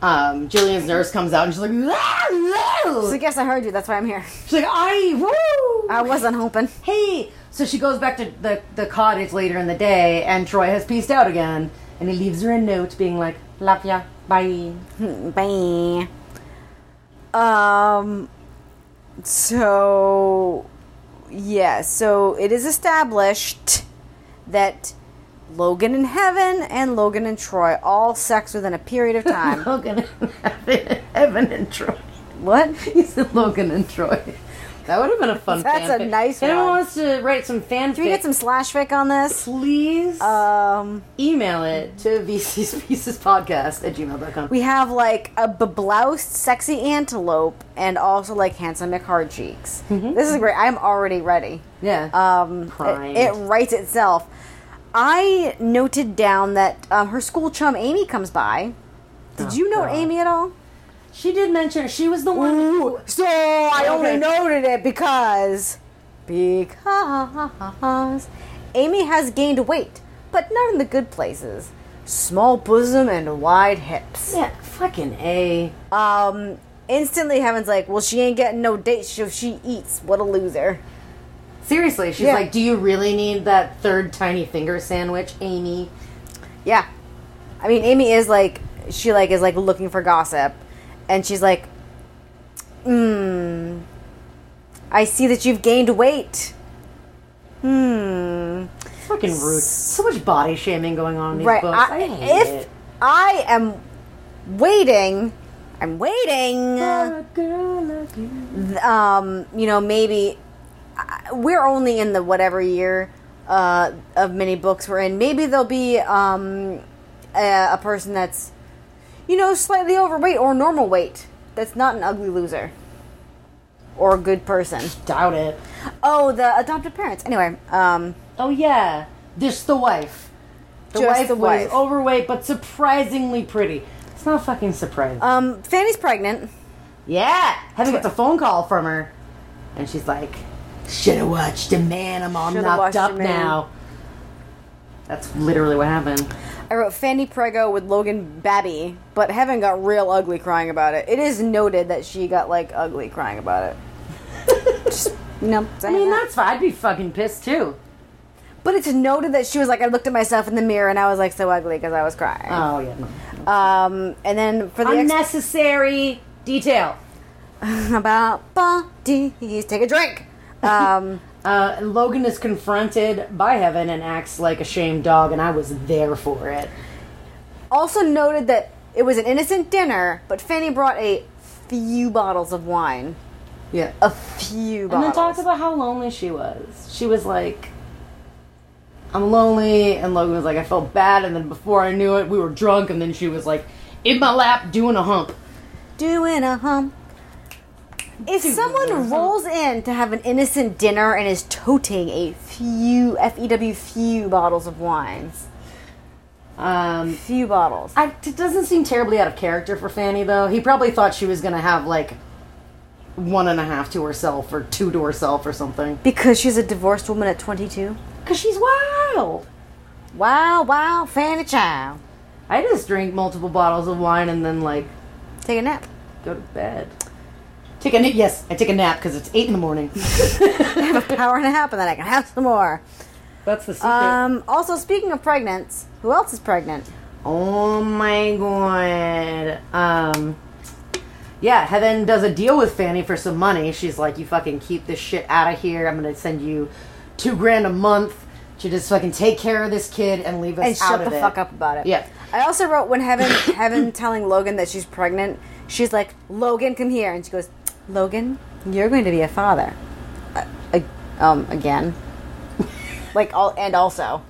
um, Jillian's nurse comes out and she's like, "Ah, no!"
So I guess I heard you. That's why I'm here.
she's like, I, woo!
I wasn't hoping.
hey so she goes back to the, the cottage later in the day and troy has pieced out again and he leaves her a note being like love ya bye
Bye. Um. So, yeah. So it is established that Logan in heaven and Logan and Troy all sex within a period of time.
logan and evan and troy
what?
he said logan and troy that would have been a fun
That's a
fanfic.
nice
If anyone
one.
wants to write some fanfic
Can we get some slash fic on this?
please
Um.
email it to vc's pieces podcast at gmail.com
We have like a bebloused sexy antelope and also like handsome McHard cheeks.
Mm-hmm.
This is great. I'm already ready.
yeah
Um,
Primed.
it, it writes itself. I noted down that um, her school chum Amy comes by. Did you note
Oh, God.
Amy at all?
she did mention she was the one who
So I only
Okay.
noted it because because Amy has gained weight, but not in the good places. Small bosom and wide hips.
yeah fucking a
Um, instantly, Heaven's like, "Well, she ain't getting no dates. So she eats. What a loser."
Seriously, she's
Yeah.
like, "Do you really need that third tiny finger sandwich, Amy?"
Yeah, I mean, Amy is like, she like is like looking for gossip, and she's like, "Hmm, I see that you've gained weight." Hmm.
It's fucking rude. So much body shaming going on in these
Right.
books.
I,
I, hate
if
it.
I am waiting, I'm waiting.
For a girl like you.
um, you know, maybe I- we're only in the whatever year uh, of many books we're in. Maybe there'll be um, a, a person that's, you know, slightly overweight or normal weight that's not an ugly loser or a good person.
Doubt it.
Oh, the adopted parents. Anyway, um,
Oh yeah, this the wife. The
Just
wife
the
was
wife.
overweight but surprisingly pretty. It's not fucking surprising.
um, Fanny's pregnant.
yeah, Heather gets a phone call from her, and she's like, "Should have watched a man. I'm all
Shoulda watched
knocked
a
up
man."
now." That's literally what happened.
I wrote Fanny Prego with Logan Babby, but Heaven got real ugly crying about it. It is noted that she got like ugly crying about it. Just, you know,
I mean, that's fine. I'd be fucking pissed too.
But it's noted that she was like, I looked at myself in the mirror and I was like so ugly because I was crying.
Oh yeah. no.
Um, and then for the ex-
unnecessary detail.
about bodies, take a drink. Um,
Uh, Logan is confronted by Heaven and acts like a shamed dog, and I was there for it.
also noted that it was an innocent dinner, but Fanny brought a few bottles of wine.
Yeah.
A few
And then
bottles.
talks about how lonely she was. She was like, "I'm lonely," and Logan was like, "I felt bad," and then before I knew it, we were drunk, and then she was like, in my lap doing a hump.
doing a hump. If someone rolls in to have an innocent dinner and is toting a few F E W few bottles of wine,
Um,
few bottles.
I, it doesn't seem terribly out of character for Fanny though. He probably thought she was gonna have like one and a half to herself or two to herself or something.
Because she's a divorced woman at 22.
Cause she's wild.
Wow, wow, fanny chow.
I just drink multiple bottles of wine and then like
Take a nap.
go to bed. Take a nap. Yes, I take a nap because it's eight in the morning.
Hour and a half, and then I can have some more.
That's the secret.
Um, also, speaking of pregnant, who else is pregnant?
Oh my god. Um Yeah, Heaven does a deal with Fanny for some money. She's like, You fucking keep this shit out of here. I'm gonna send you two grand a month to just fucking take care of this kid and leave us
and
out
shut
of
the
it."
fuck up about it.
Yeah.
I also wrote when Heaven Heaven telling Logan that she's pregnant, she's like, "Logan, come here," and she goes, "Logan, you're going to be a father." Uh, ag- um, again, like all and also,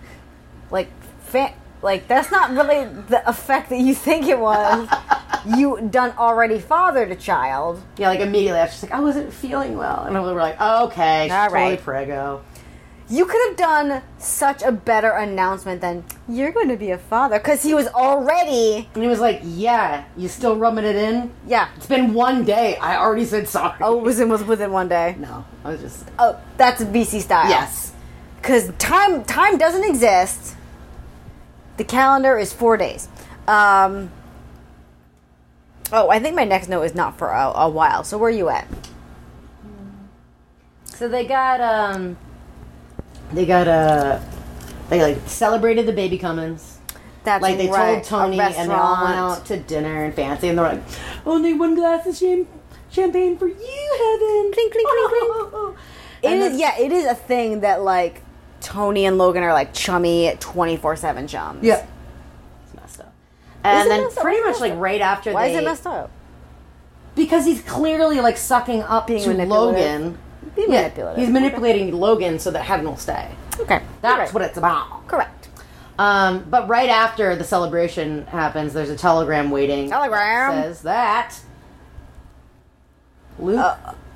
like fa- like that's not really the effect that you think it was. you done already fathered a child.
Yeah, like immediately after she's like, I wasn't feeling well and we were like, Okay, she's
All
totally
right.
prego.
You could have done such a better announcement than you're going to be a father because he was already
And he was like, Yeah, you still rubbing it in?
yeah.
It's been one day. I already said sorry.
Oh, it was in was within one day.
no. I was just
Oh, that's BC style.
Yes.
because time time doesn't exist. The calendar is four days. Um, oh, I think my next note is not for a, a while. So where are you at?
So they got um they got uh they like celebrated the baby Cummins.
That's
Like they
right,
told
a
Tony and they all went
restaurant.
out to dinner and fancy and they're like only one glass of cham- champagne for you, heaven.
Clink, clink, clink, clink. It
And
is
the-
yeah, it is a thing that like Tony and Logan are like chummy twenty four seven chums.
Yeah. It's messed up. And
Is it
then
messed up?
pretty
What's
much like
messed up?
right after
Why
they,
is it messed up?
Because he's clearly like sucking up
Being
to
manipulative.
Logan.
Be
Yeah,
manipulative.
He's manipulating Logan so that Heaven will stay.
Okay,
That's
correct.
what it's about.
correct.
Um, but right after the celebration happens, there's a telegram waiting.
Telegram.
that says that Luke,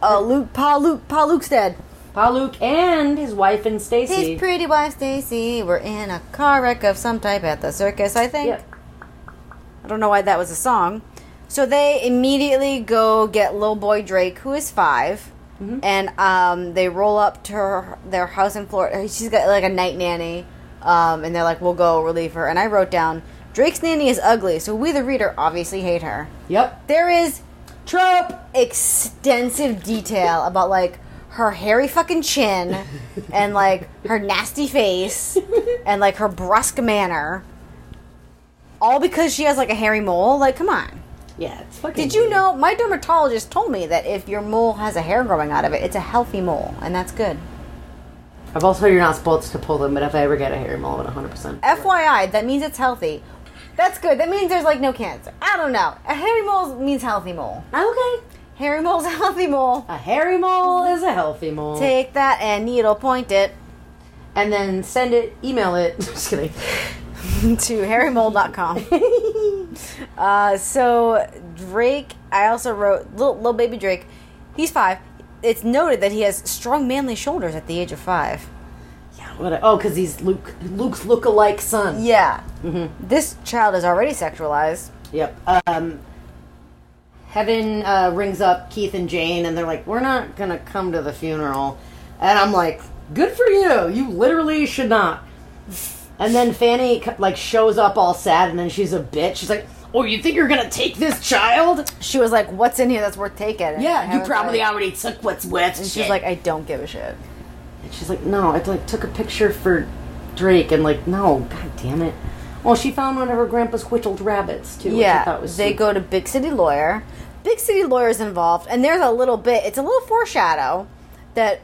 Uh, Luke, Paul, Luke, Paul, Luke's dead.
Paul Luke, and his wife and Stacy.
His pretty wife Stacy were in a car wreck of some type at the circus, I think.
Yeah.
I don't know why that was a song. So they immediately go get little boy Drake, who is 5 and um, they roll up to her, their house in Florida. She's got like a night nanny, um, and they're like, "We'll go relieve her." And I wrote down, "Drake's nanny is ugly," so we, the reader, obviously hate her.
Yep.
There is
Trope.
extensive detail about like her hairy fucking chin and like her nasty face and like her brusque manner. All because she has like a hairy mole. Like, come on.
Yeah, it's fucking.
Did you
weird.
know? My dermatologist told me that if your mole has a hair growing out of it, it's a healthy mole, and that's good.
I've also heard you're not supposed to pull them, but if I ever get a hair, I'm all about 100. percent
FYI, that means it's healthy. That's good. That means there's like no cancer. I don't know. A hairy mole means healthy mole.
Okay.
Hairy mole's a healthy mole.
A hairy mole is a healthy mole.
Take that and needle point it.
and then send it, email it. Just kidding.
to harrymold.com. uh, so Drake, I also wrote little, little baby Drake. He's five. It's noted that he has strong, manly shoulders at the age of five.
Yeah. What? A, oh, because he's Luke. Luke's look-alike son.
Yeah. This child is already sexualized.
Yep. Um, Heaven uh, rings up Keith and Jane, and they're like, "We're not gonna come to the funeral," and I'm like, "Good for you! You literally should not." And then Fanny co- like shows up all sad, and then she's a bitch. She's like, "Oh, you think you're gonna take this child?
She was like, "What's in here that's worth taking?" And I
Yeah, you
haven't
probably
tried.
already took what's with."
And she's like, "I don't give a shit."
And she's like, no, I like took a picture for Drake, and like, no, god damn it. Well, she found one of her grandpa's whittled rabbits too. which I
Yeah,
thought was
they
sweet.
go to Big City Lawyer. Big City Lawyer's involved, and there's a little bit. It's a little foreshadow that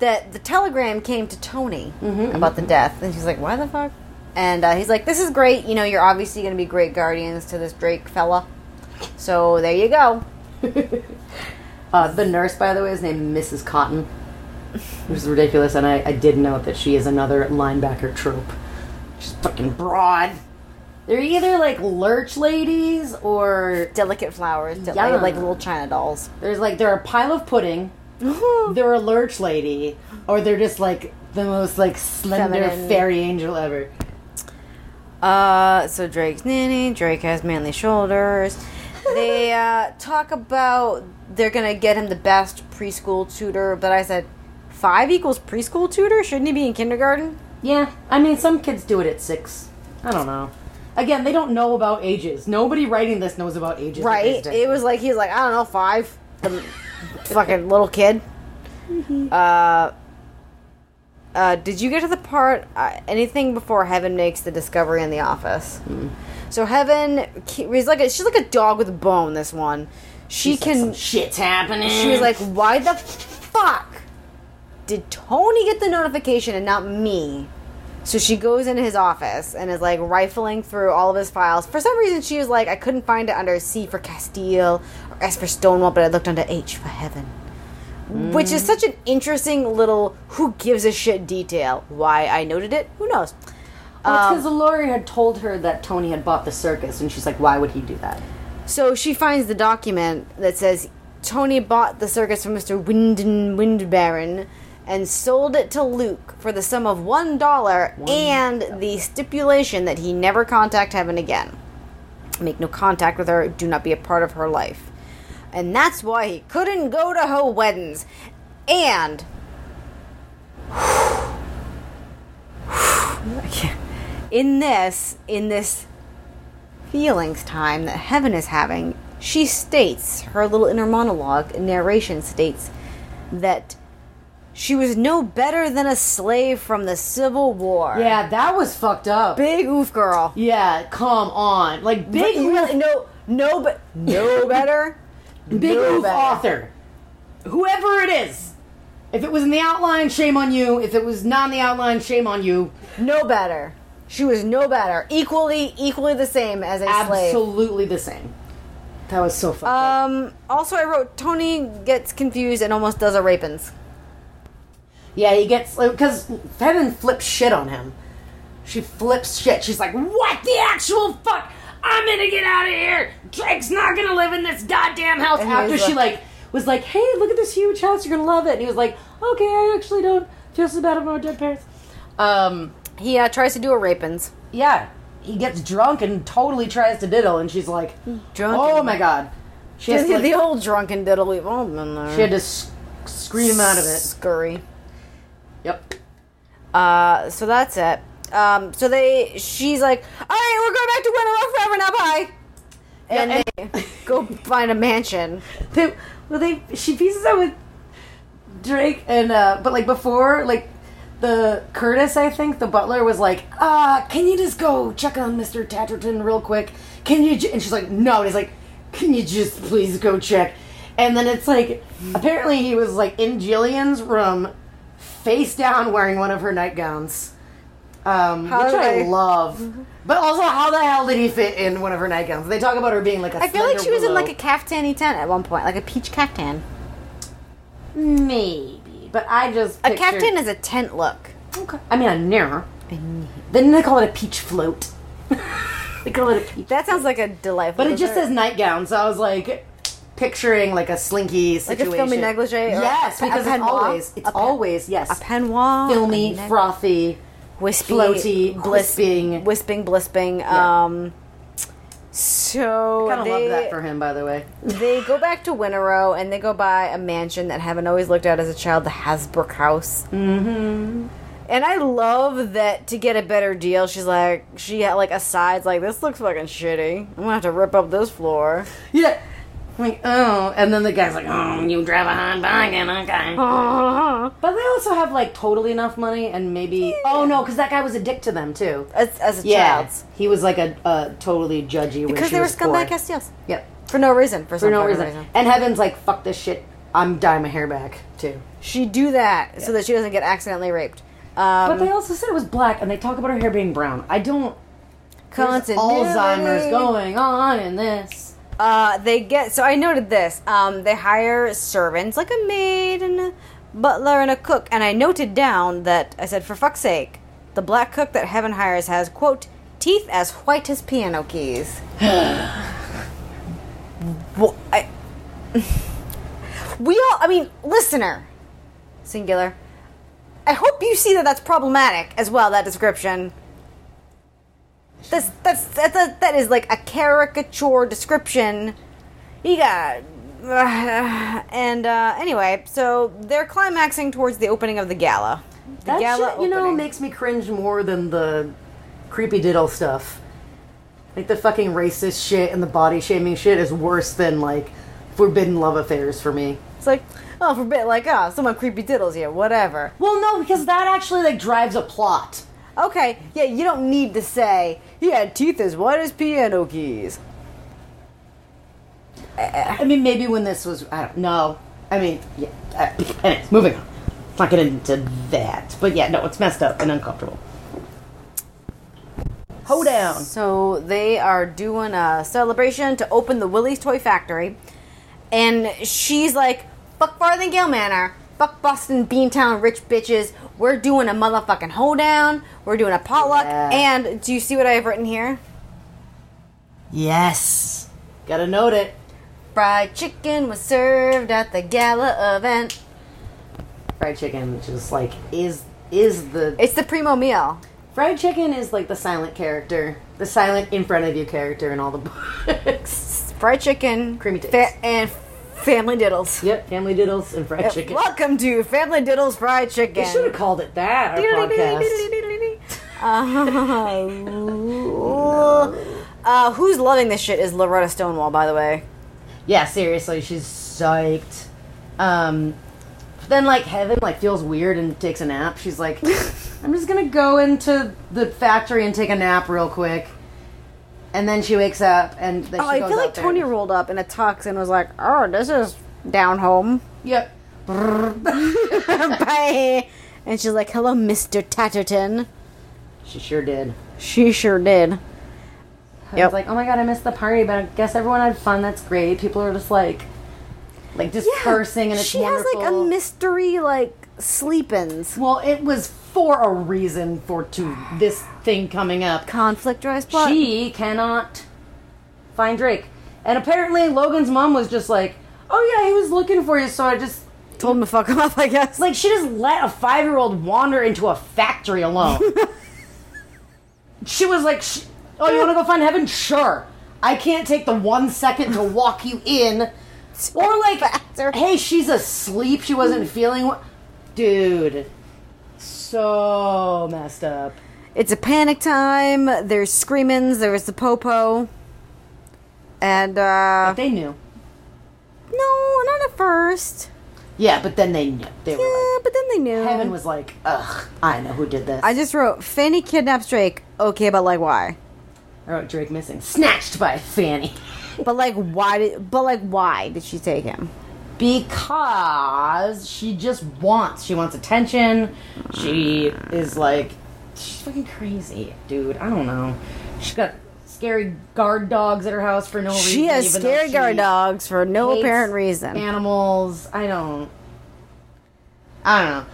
that the telegram came to Tony
Mm-hmm,
about the death, and she's like, "Why the fuck?" And uh, he's like, "This is great. You know, you're obviously going to be great guardians to this Drake fella. So there you go."
Uh, the nurse, by the way, is named Mrs. Cotton, which is ridiculous. And I, I did note that she is another linebacker trope. She's fucking broad. They're either like lurch ladies or
Delicate flowers, del-
Yeah.
like little china dolls.
there's like they're a pile of pudding. They're a lurch lady, or they're just like the most like slender
Feminine.
fairy angel ever.
Uh, so Drake's nanny. Drake has manly shoulders. They uh, talk about they're gonna get him the best preschool tutor, but I said five equals preschool tutor. Shouldn't he be in kindergarten?
Yeah, I mean, some kids do it at six. I don't know. Again, they don't know about ages. Nobody writing this knows about ages. at this
Right?
time.
It was like he was like I don't know five, the fucking little kid. Uh, uh, did you get to the part uh, anything before Heaven makes the discovery in the office? So Heaven, is like a, she's like a dog with a bone. This one, she can
Shit's happening.
She was like, why the fuck did Tony get the notification and not me? So she goes into his office and is like rifling through all of his files. For some reason, she was like, I couldn't find it under C for Castile or S for Stonewall, but I looked under H for Heaven. Which is such an interesting little who gives a shit detail. Why I noted it, who knows? um,
Well, it's because Lori had told her that Tony had bought the circus, and she's like, why would he do that?
So she finds the document that says Tony bought the circus from Mr. Winden Windbaron and sold it to Luke for the sum of one dollar and the stipulation that he never contact Heaven again. Make no contact with her, do not be a part of her life. And that's why he couldn't go to her weddings. And in this, in this feelings time that Heaven is having, she states, her little inner monologue and narration states, that she was no better than a slave from the Civil War.
Yeah, that was fucked up.
Big oof girl.
Yeah, come on. Like, big,
Re- really,
oof,
no, no, but no better.
big
no
oof
better.
author. Whoever it is. If it was in the outline, shame on you. If it was not in the outline, shame on you.
No better. She was no better. Equally, equally the same as a slave.
Absolutely the same. That was so fucked up.
Um, also, I wrote Tony gets confused and almost does a rapins.
Yeah, he gets because Heaven flips shit on him. She flips shit. She's like, "What the actual fuck? I'm gonna get out of here. Drake's not gonna live in this goddamn house."
And he
After
was
she
like-
like was like, "Hey, look at this huge house. You're gonna love it." And he was like, "Okay, I actually don't feel so bad about my dead parents." Um,
He uh, tries to do a rapins.
yeah, he gets drunk and totally tries to diddle, and she's like,
Drunk
"Oh
and-
my god." She, has to,
The,
like-
the old drunken diddle we've all been there.
she had to s- scream out of it.
Scurry.
Yep.
Uh, so that's it. Um, so they, she's like, all right, we're going back to Winter Rock forever now, bye. And, they go find a mansion.
they well they she pieces out with Drake and uh but like before like the Curtis I think the butler was like uh can you just go check on Mr. Tatterton real quick can you j-? and she's like no and he's like can you just please go check and then it's like apparently he was like in Jillian's room face down wearing one of her nightgowns um,
How Mm-hmm.
which
did
I
I-
love, but also how the hell did he fit in one of her nightgowns? They talk about her being like a
I feel like
slender
she was in
willow.
like a caftany tent at one point, like a peach caftan.
Maybe, but I just
A
pictured,
caftan is a tent look.
Okay. I mean, a near. Then they call it a peach float. they call it a peach,
That sounds like a delightful.
but it just
dessert.
says nightgown. So I was like picturing like a slinky
Like a
situation,
filmy negligee or
Yes,
a pe- a
because it's
peignoir?
always it's
A pe-
always yes,
a peignoir,
filmy,
a neck-
frothy.
wispy,
floaty, wisping.
wisping, blisping.
Yeah.
Um, so
Kind of
they,
love that for him, by the way.
they go back to Winnerow and they go by a mansion that Heaven always looked at as a child, the Hasbrook House. Mm-hmm. And I love that to get a better deal, she's like, she had like asides like, this looks fucking shitty. I'm gonna have to rip up this floor.
Yeah. I'm like oh, and then the guy's like, oh, you drive a Honda, okay.
as,
But they also have like totally enough money, and maybe oh no, because that guy was a dick to them too.
as a
Yeah,
child,
he was like a, a totally judgy when
because
she
they were
was poor.
scumbag Castiles
Yep,
for no reason. For,
for no reason. And Heaven's like, fuck this shit. I'm dyeing my hair back too.
she do that so that she doesn't get accidentally raped. Um,
But they also said it was black, and they talk about her hair being brown. I don't. There's
continuity.
Alzheimer's going on in this.
Uh, they get so I noted this. Um, they hire servants like a maid and a butler and a cook, and I noted down that I said, for fuck's sake, the black cook that Heaven hires has quote teeth as white as piano keys. Wha- I- we all, I mean, listener, singular. I hope you see that that's problematic as well. That description. That's that's that's a, that is like a caricature description. You got. and uh, anyway, so they're climaxing towards the opening of the gala. the
That
gala
shit, you know,
opening.
makes me cringe more than the creepy diddle stuff. Like the fucking racist shit and the body shaming shit is worse than like forbidden love affairs for me.
it's like, oh, for bit, like, oh, someone creepy diddles you, whatever.
Well, no, because that actually like drives a plot.
Okay, yeah, you don't need to say he had teeth as white as piano keys.
I mean, maybe when this was, I don't know. I mean, yeah. Uh, anyways, moving on. Let's not get into that. But yeah, no, it's messed up and uncomfortable. Hold down.
So they are doing a celebration to open the Willie's Toy Factory, and she's like, "Fuck Farthingale Manor, fuck Boston Beantown, rich bitches. We're doing a motherfucking hoedown. We're doing a potluck."
Yeah.
And do you see what I have written here?
Yes. Gotta note it.
Fried chicken was served at the gala event.
Fried chicken, which is like, is is the
It's the primo meal.
Fried chicken is like the silent character, the silent in front of you character in all the books.
Fried chicken,
Creamy tits.
and family diddles.
yep, family doodles and fried chicken.
Welcome to Family Diddles Fried Chicken.
We should have called it that. Our podcast.
Uh, uh, who's loving this shit is Loretta Stonewall, by the way.
Yeah, seriously, she's psyched. Um, then like Heaven like feels weird and takes a nap. She's like, I'm just gonna go into the factory and take a nap real quick. And then she wakes up and then
Oh,
she
I
goes
feel like
out there.
Tony rolled up in a tux and was like, "Oh, this is down home."
Yep.
Bye. And she's like, "Hello, Mister Tatterton."
She sure did.
She sure did.
I
Yep.
was like, oh my god, I missed the party, but I guess everyone had fun. That's great. People are just like, like dispersing, and it's
she
wonderful.
has like a mystery like sleep-ins.
well, it was for a reason for to this thing coming up.
Conflict drives plot.
She cannot find Drake, and apparently Logan's mom was just like, oh yeah, he was looking for you, so I just
told him to fuck him up, I guess.
like she just let a five year old wander into a factory alone. she was like, sh- oh, you want to go find heaven? Sure. I can't take the one second to walk you in. Or like,
Faster.
hey, she's asleep. She wasn't feeling. wha- Dude, so messed up.
It's a panic time. There's screamings. There was the popo. And uh
They knew.
no, not at first.
Yeah, but then they knew. They were like,
Yeah, but then they knew.
heaven was like, ugh, I know who did this.
Uh-huh. I just wrote Fanny kidnaps Drake. Okay, but like why?
I wrote Drake missing, snatched by Fanny.
But like why did? But like why did she take him?
because she just wants she wants attention she is like she's fucking crazy dude i don't know she's got scary guard dogs at her house for no reason
She has
even though
scary
she
guard dogs for no
hates
apparent reason.
animals i don't i don't know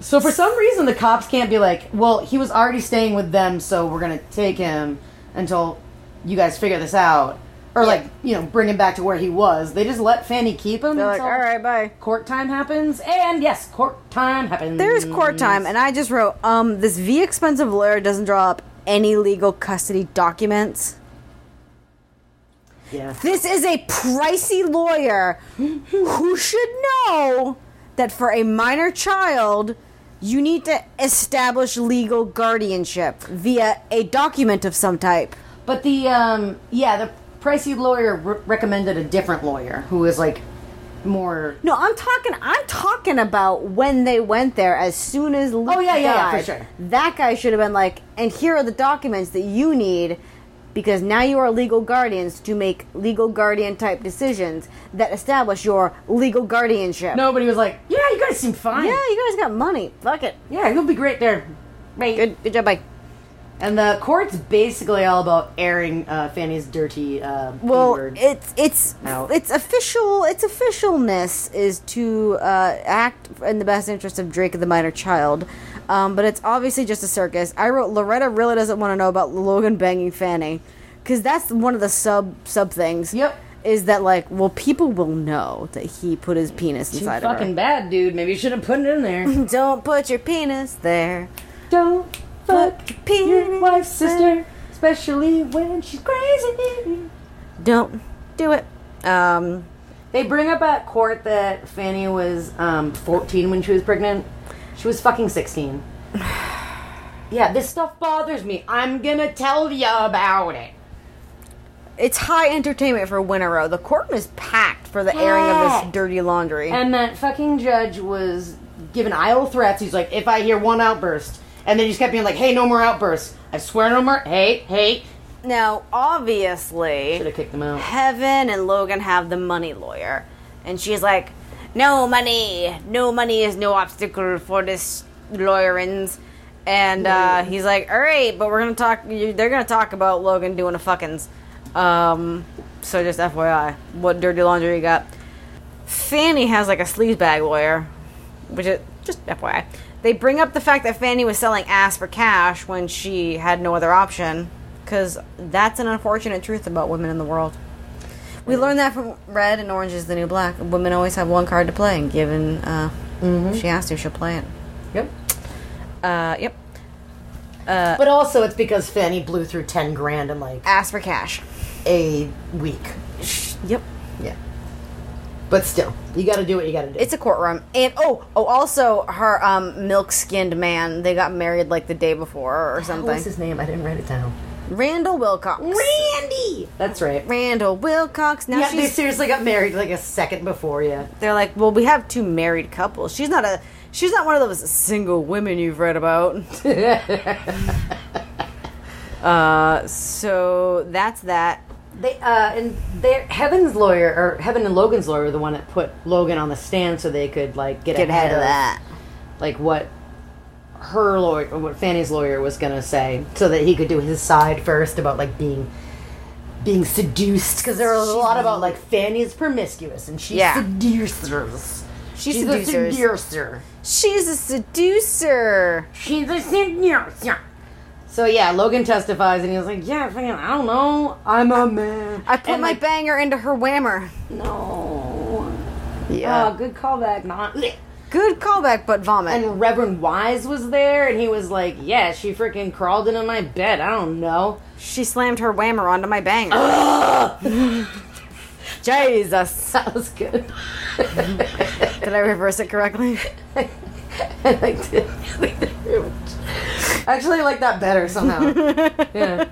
so for some reason the cops can't be like well he was already staying with them so we're gonna take him until you guys figure this out or like you know bring him back to where he was they just let fanny keep him
They're like,
until-
all right, bye.
court time happens, and yes, court time happens.
There is
Mm.
court time, and I just wrote, um, this V expensive lawyer doesn't draw up any legal custody documents.
Yeah.
This is a pricey lawyer who should know that for a minor child, you need to establish legal guardianship via a document of some type.
But the um, yeah, the pricey lawyer re- recommended a different lawyer who is like more.
No, I'm talking. I'm talking about when they went there. As soon as Luke
Oh, yeah, yeah, yeah, for
died.
sure.
That guy should have been like, and here are the documents that you need, because now you are legal guardians to make legal guardian type decisions that establish your legal guardianship.
Nobody was like, yeah, you guys seem fine.
Yeah, you guys got money. Fuck it.
yeah, you'll be great there. Right.
Good, good job, bye.
And the court's basically all about airing uh, Fanny's dirty uh,
Well,
words.
it's it's
Out.
it's official. Its officialness is to uh, act in the best interest of Drake the minor child, um, but it's obviously just a circus. I wrote Loretta really doesn't want to know about Logan banging Fanny, because that's one of the sub sub things.
Yep.
Is that like well people will know that he put his penis
Too
inside
fucking
of
bad, dude. Maybe you should have put it in there.
her. Don't put your penis there.
Don't fuck
Fuck
your
penis.
wife's sister, especially when she's crazy.
Don't do it. Um,
They bring up at court that Fanny was um, 14 when she was pregnant. She
She was fucking 16. yeah, this stuff bothers me. I'm gonna tell you about it.
It's high entertainment for Winnerow. The courtroom is packed for the airing of this
Packed.
dirty laundry.
And that fucking judge was given idle threats. He's like, if I hear one outburst. And then he just kept being like, hey, no more outbursts. I swear no more. Hey, hey.
now, obviously,
Should have kicked them out.
Heaven and Logan have the money lawyer. And she's like, No money. No money is no obstacle for this lawyerins. And uh, he's like, All right, but we're going to talk. you- They're going to talk about Logan doing a fuckings. Um, so just FYI, what dirty laundry you got? Fanny has like a sleaze bag lawyer, which is just FYI. They bring up the fact that Fanny was selling ass for cash when she had no other option, because that's an unfortunate truth about women in the world. We learned that from Red and Orange is the New Black. Women always have one card to play, and given uh, if she has to, she'll play it.
Yep.
Uh, yep,
Uh, But also, it's because Fanny blew through ten grand in like
ass for cash.
a week.
Yep.
Yeah. But still, you got to do what you got to do.
It's a courtroom, and oh, oh, also her um, milk-skinned man. They got married like the day before or
what was
something.
his name? I didn't write it down.
Randall Wilcox.
Randy. That's right.
Randall Wilcox. Now
Yeah, they
she's.
seriously got married like a second before you.
They're like, well, we have two married couples. She's not a. She's not one of those single women you've read about. uh, so that's that.
They uh, and their Heaven's lawyer or Heaven and Logan's lawyer were the one that put Logan on the stand so they could like get,
Get ahead of that.
like what her lawyer, or what Fanny's lawyer was gonna say, so that he could do his side first about like being
Being seduced because there was a lot about like Fanny's
promiscuous and she
Yeah.
seducers.
She's,
She's a
seducers.
seducer.
She's a seducer.
she's a seducer. So yeah, Logan testifies and he was like, yeah, fucking, I don't know, I'm a man.
I put
And,
my
like,
banger into her whammer.
no.
Yeah.
Oh, good callback, not.
Good callback, but vomit.
And Reverend Wise was there, and he was like, "Yeah, she freaking crawled into my bed. I don't know."
she slammed her whammer onto my banger. Jesus.
That was good.
Did I reverse it correctly?
I liked it.
Actually, I like that better somehow.
Yeah.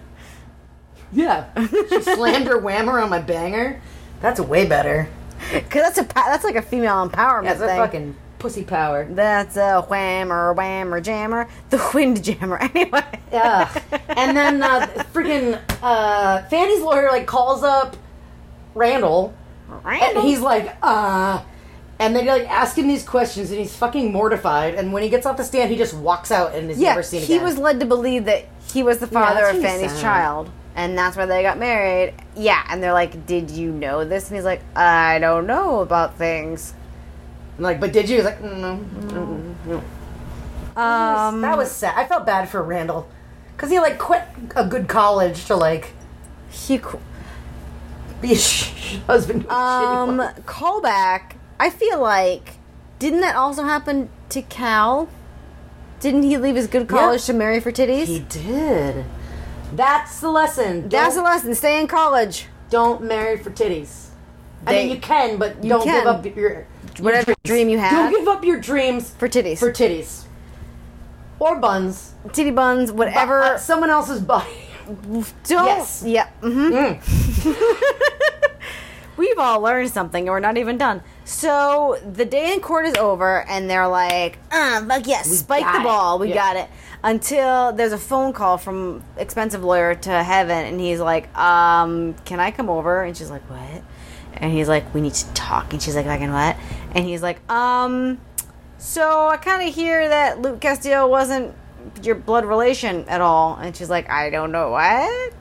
Yeah.
she slammed her whammer on my banger. That's way better.
Cause that's a pa- that's like a female empowerment
That's a
thing.
fucking pussy power.
That's a whammer, whammer, jammer. The wind jammer. Anyway.
Yeah.
And then uh, freaking uh, Fanny's lawyer like calls up Randall, and he's like, uh, and they like ask him these questions, and he's fucking mortified. And when he gets off the stand, he just walks out and is
yeah,
never seen
he
again.
was led to believe that he was the father
that's what he
of Fanny's
said.
child, and that's why they got married. Yeah, and they're like, "Did you know this?" And he's like, "I don't know about things."
I'm like, but did you? He's like, "Mm, no, no, no.
Um,
that was sad. I felt bad for Randall because he like quit a good college to like
he qu-
be a sh- husband. to a shitty
um
wife.
callback. I feel like didn't that also happen to Cal? Didn't he leave his good college to marry for titties?
he did.
That's the lesson. Don't,
that's a lesson. Stay in college.
don't marry for titties. I
They-
mean, you can, but don't
can.
give up your
Whatever dream you
don't
had
give up your dreams
for titties,
for titties or buns.
titty buns, whatever.
Uh, someone else's body.
Don't.
Yes.
Yeah. hmm We've all learned something, and we're not even done. So the day in court is over, and they're like, "Uh, fuck yes, spike
got
the
it."
ball, we
Yeah.
got it." Until there's a phone call from expensive lawyer to Heaven, and he's like, "Um, can I come over?" And she's like, "What?" And he's like, "We need to talk." And she's like, "I can what?" And he's like, "Um." So I kind of hear that Luke Castillo wasn't your blood relation at all. And she's like, I don't know what.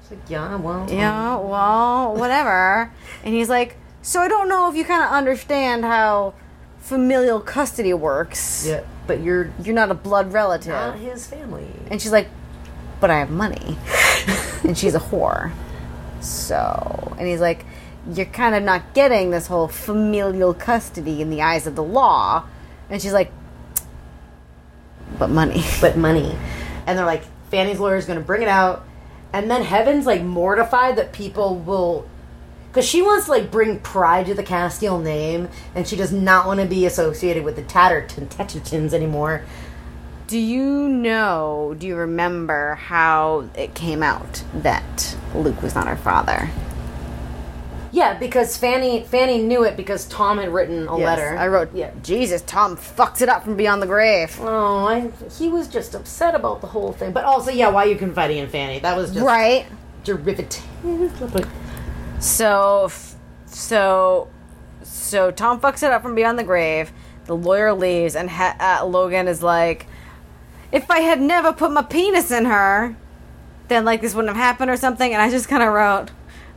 It's like, yeah, well,
Yeah, well, whatever. and he's like, So I don't know if you kind of understand how familial custody works.
yeah, but you're
You're not a blood relative.
not his family.
And she's like, But I have money. and she's a whore. So, and he's like, You're kind of not getting this whole familial custody in the eyes of the law. And she's like, But money.
but money. And they're like, Fanny's lawyer is going to bring it out. And then Heaven's like mortified that people will. because she wants to like bring pride to the Castiel name, and she does not want to be associated with the Tatterton anymore.
Do you know, do you remember how it came out that Luke was not her father?
Yeah, because Fanny Fanny knew it because Tom had written a letter.
I wrote,
Yeah.
Jesus, Tom fucked it up from beyond the grave.
Oh, I, he was just upset about the whole thing. But also, yeah, why are you confiding in Fanny? That was just
Right?
derivative.
So, f- so, so Tom fucks it up from beyond the grave. The lawyer leaves, and ha- uh, Logan is like, "If I had never put my penis in her, then like this wouldn't have happened or something." And I just kind of wrote,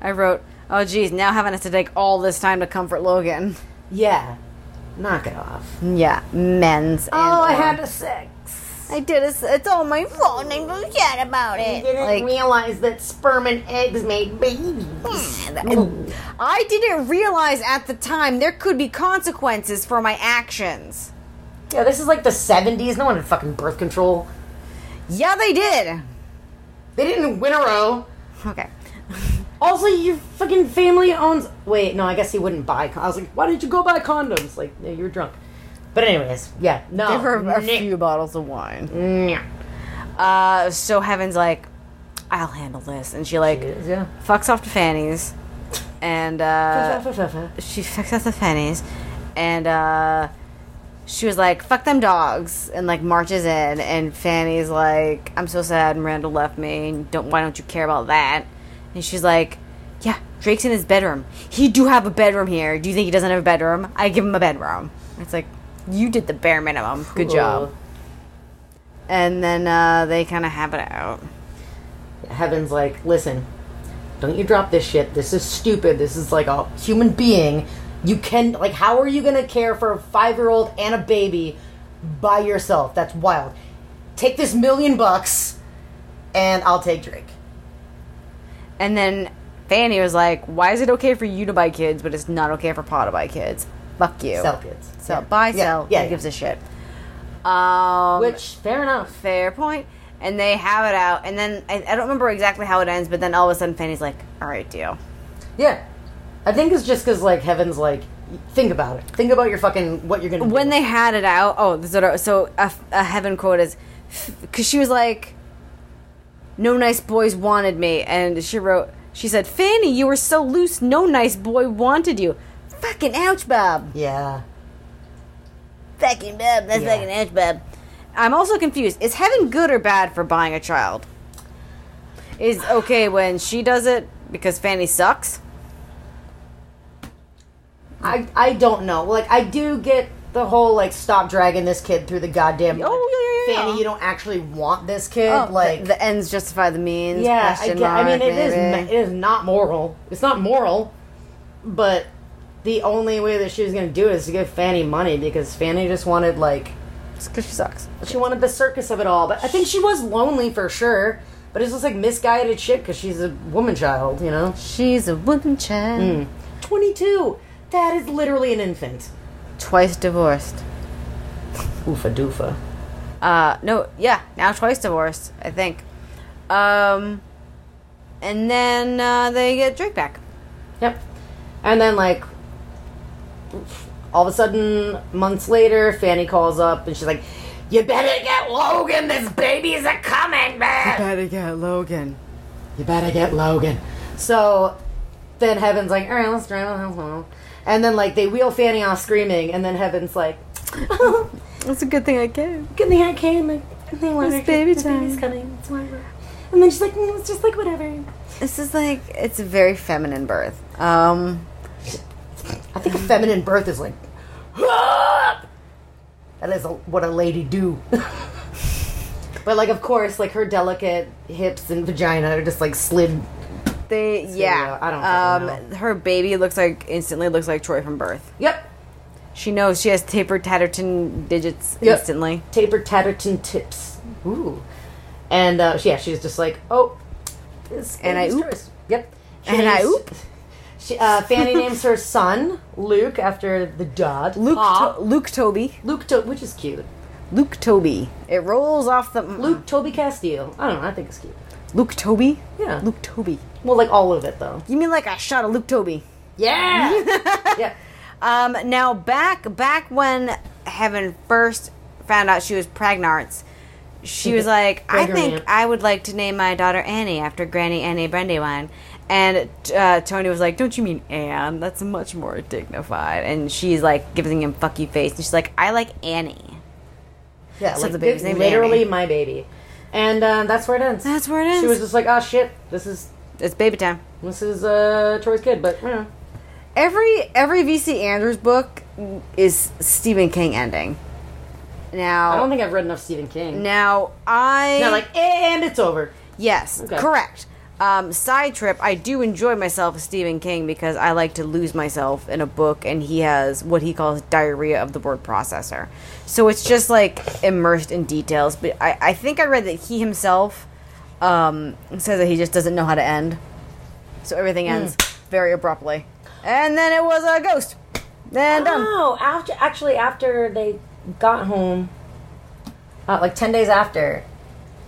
I wrote, "Oh geez, now having us to take all this time to comfort Logan."
Yeah, knock it off.
Yeah, men's. And
oh, I
or-
had a sex.
I did. It's, it's all my fault. and I'm upset about it.
Didn't
Like,
realize that sperm and eggs made babies.
I didn't realize at the time there could be consequences for my actions.
Yeah, this is like the '70s. No one had fucking birth control.
Yeah, they did.
They didn't win a row.
Okay.
Also, your fucking family owns. Wait, no, I guess he wouldn't buy. Con- I was like, why didn't you go buy condoms? Like, no, you were drunk. But anyways, yeah, no.
Give her a
Nick-
few bottles of wine.
Yeah.
Uh, so Heaven's like, I'll handle this, and she like
Yeah.
fucks off to Fanny's, and uh, she fucks off to Fanny's, and uh, she was like, "Fuck them dogs," and like marches in, and Fanny's like, "I'm so sad. Miranda left me. and Don't why don't you care about that?" And she's like, "Yeah, Drake's in his bedroom. He do have a bedroom here. Do you think he doesn't have a bedroom? I give him a bedroom." It's like, you did the bare minimum. Good job. And then uh, they kind of have it out.
Heaven's like, listen, don't you drop this shit. This is stupid. This is like a human being. You can like, how are you gonna care for a five year old and a baby by yourself? That's wild. Take this million bucks, and I'll take Drake.
And then Fanny was like, "Why is it okay for you to buy kids, but it's not okay for Pa to buy kids? Fuck you.
Sell kids.
Sell.
Yeah.
Buy.
Yeah,
Sell.
yeah,
Who
yeah.
gives a shit." Um,
Which fair enough.
fair point. And they have it out, and then I, I don't remember exactly how it ends, but then all of a sudden Fanny's like, "All right, deal."
Yeah. I think it's just because, like, Heaven's like, think about it. Think about your fucking, what you're gonna
When
do.
they had it out, oh, this is- so a, a heaven quote is because she was like, "No nice boys wanted me," and she wrote, she said, "Fanny, you were so loose. No nice boy wanted you." Fucking ouch, Bob.
Yeah.
fucking bub. That's
Yeah.
fucking edge bub. I'm also confused. Is heaven good or bad for buying a child? Is okay when she does it because Fanny sucks?
I, I don't know. Like, I do get the whole, like, stop dragging this kid through the goddamn.
Oh, yeah, yeah, yeah.
Fanny, you don't actually want this kid.
Oh,
like,
the, the ends justify the means.
yeah, I,
question
get- I mean,
mark,
it is.
maybe.
It is not moral. It's not moral, but the only way that she was gonna do it is to give Fanny money because Fanny just wanted, like,
It's 'cause she sucks.
She wanted the circus of it all, but I think she was lonely for sure. But it's just like misguided shit because she's a woman child, you know.
She's a woman child,
Twenty-two. That is literally an infant.
twice divorced.
Oofa doofa.
Uh, no, yeah, now twice divorced, I think. Um, and then uh, they get Drake back.
Yep. And then like, all of a sudden, months later, Fanny calls up and she's like, "You better get Logan. This baby's a coming, man.
Better get Logan.
You better get Logan." So then Heaven's like, "All right, let's drive home." And then like they wheel Fanny off screaming, and then Heaven's like. "Oh,
That's a good thing I came.
Good thing I came. Like, good thing whatever.
baby
the
time.
baby's coming. It's whatever. And then she's like, mm, it's just like whatever.
This is like it's a very feminine birth. Um,
I think a feminine birth is like, "Ah!" that is a, what a lady do. but like, of course, like her delicate hips and vagina are just like slid.
they yeah.
uh, I don't fucking
um, her baby looks like instantly looks like Troy from birth.
Yep.
She knows she has tapered Tatterton digits
Yep.
instantly.
Tapered Tatterton tips. Ooh. And uh, yeah, she's just like, oh. This
And I
baby's
oop.
hers. Yep. She
And I
names-
oop.
She, uh, Fanny names her son Luke after the dad.
Luke,
Pa.
to- Luke Toby,
Luke, to- which is cute.
Luke Toby. It rolls off the
Luke Toby Castillo. I don't know. I think it's cute.
Luke Toby?
Yeah.
Luke Toby.
Well, like all of it though.
You mean like a shot of Luke Toby?
Yeah. yeah.
Um, now back back when Heaven first found out she was pregnant, she was like, "I think
Pregnant.
I would like to name my daughter Annie after Granny Annie Brandywine." And uh, Tony was like, "Don't you mean Anne? That's much more dignified." And she's like giving him fucky face, and she's like, "I like Annie."
Yeah.
So
like
the baby's
this-
named
literally
Annie.
my baby, and uh, that's where it ends.
That's where it is.
She was just like, oh shit, this is
it's baby time.
this is uh, Troy's kid, but yeah.
Every every VC Andrews book is Stephen King ending. Now,
I don't think I've read enough Stephen King.
now I
Now, like, and it's over.
Yes,
Okay.
correct. Um, side trip, I do enjoy myself with Stephen King because I like to lose myself in a book, and he has what he calls diarrhea of the word processor. So it's just like immersed in details. But I, I think I read that he himself um, says that he just doesn't know how to end. So everything
Hmm.
ends very abruptly. And then it was a ghost. And um, done.
No, after actually after they got home, uh, like ten days after,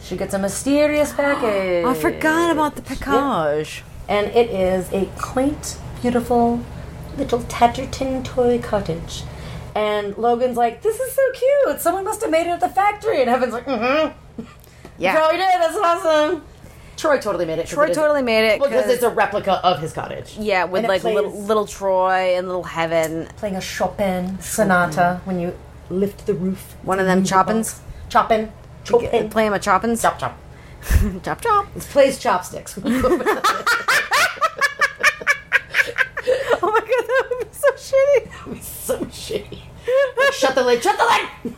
she gets a mysterious package.
I forgot about the package.
and it is a quaint, beautiful little Tatterton toy cottage. And Logan's like, "This is so cute. Someone must have made it at the factory." And Heaven's like, "Mm-hmm.
Yeah.
Probably did. That's awesome." Troy totally made it. 'cause
Troy
it is-
totally made it.
because
'cause-
it's a replica of his cottage.
Yeah, with
And it
like little,
plays-
little Troy and little Heaven.
Playing a Chopin sonata when you lift the roof.
One of them choppins.
Chopin. Chopin.
Oh, Play him a choppins.
Chop chop.
chop chop.
It plays chopsticks.
Oh my god, that would be so shitty.
so shitty. Like, shut the lid. Shut the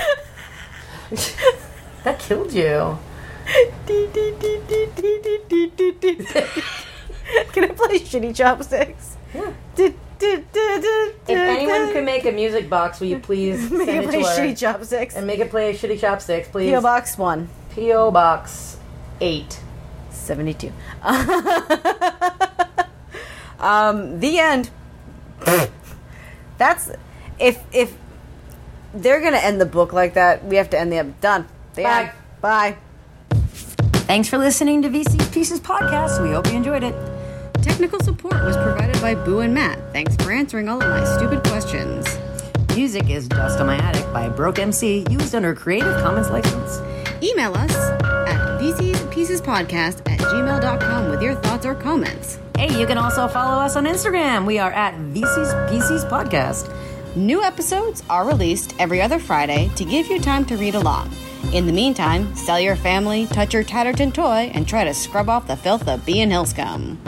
lid. that killed you.
Dee, dee, dee, dee, dee, dee, dee, dee, dee. Can I play shitty chopsticks?
Yeah.
If
If anyone could make a music box, will you please send
make
it
it play
to our,
shitty chopsticks.
and make it play shitty chopsticks, please?
PO Box one
PO box eight.
seventy two. um, the end. That's if if they're gonna end the book like that, we have to end the done. The
Bye.
end. Bye.
Thanks for listening to VC's Pieces podcast. We hope you enjoyed it.
Technical support was provided by Boo and Matt. Thanks for answering all of my stupid questions.
Music is Dust on My Attic by Broke MC, used under a Creative Commons license.
Email us at vcspiecespodcast at gmail.com with your thoughts or comments.
Hey, you can also follow us on Instagram. We are at VC's Pieces podcast.
New episodes are released every other Friday to give you time to read along. In the meantime, sell your family, touch your Tatterton toy, and try to scrub off the filth of being Hillscum.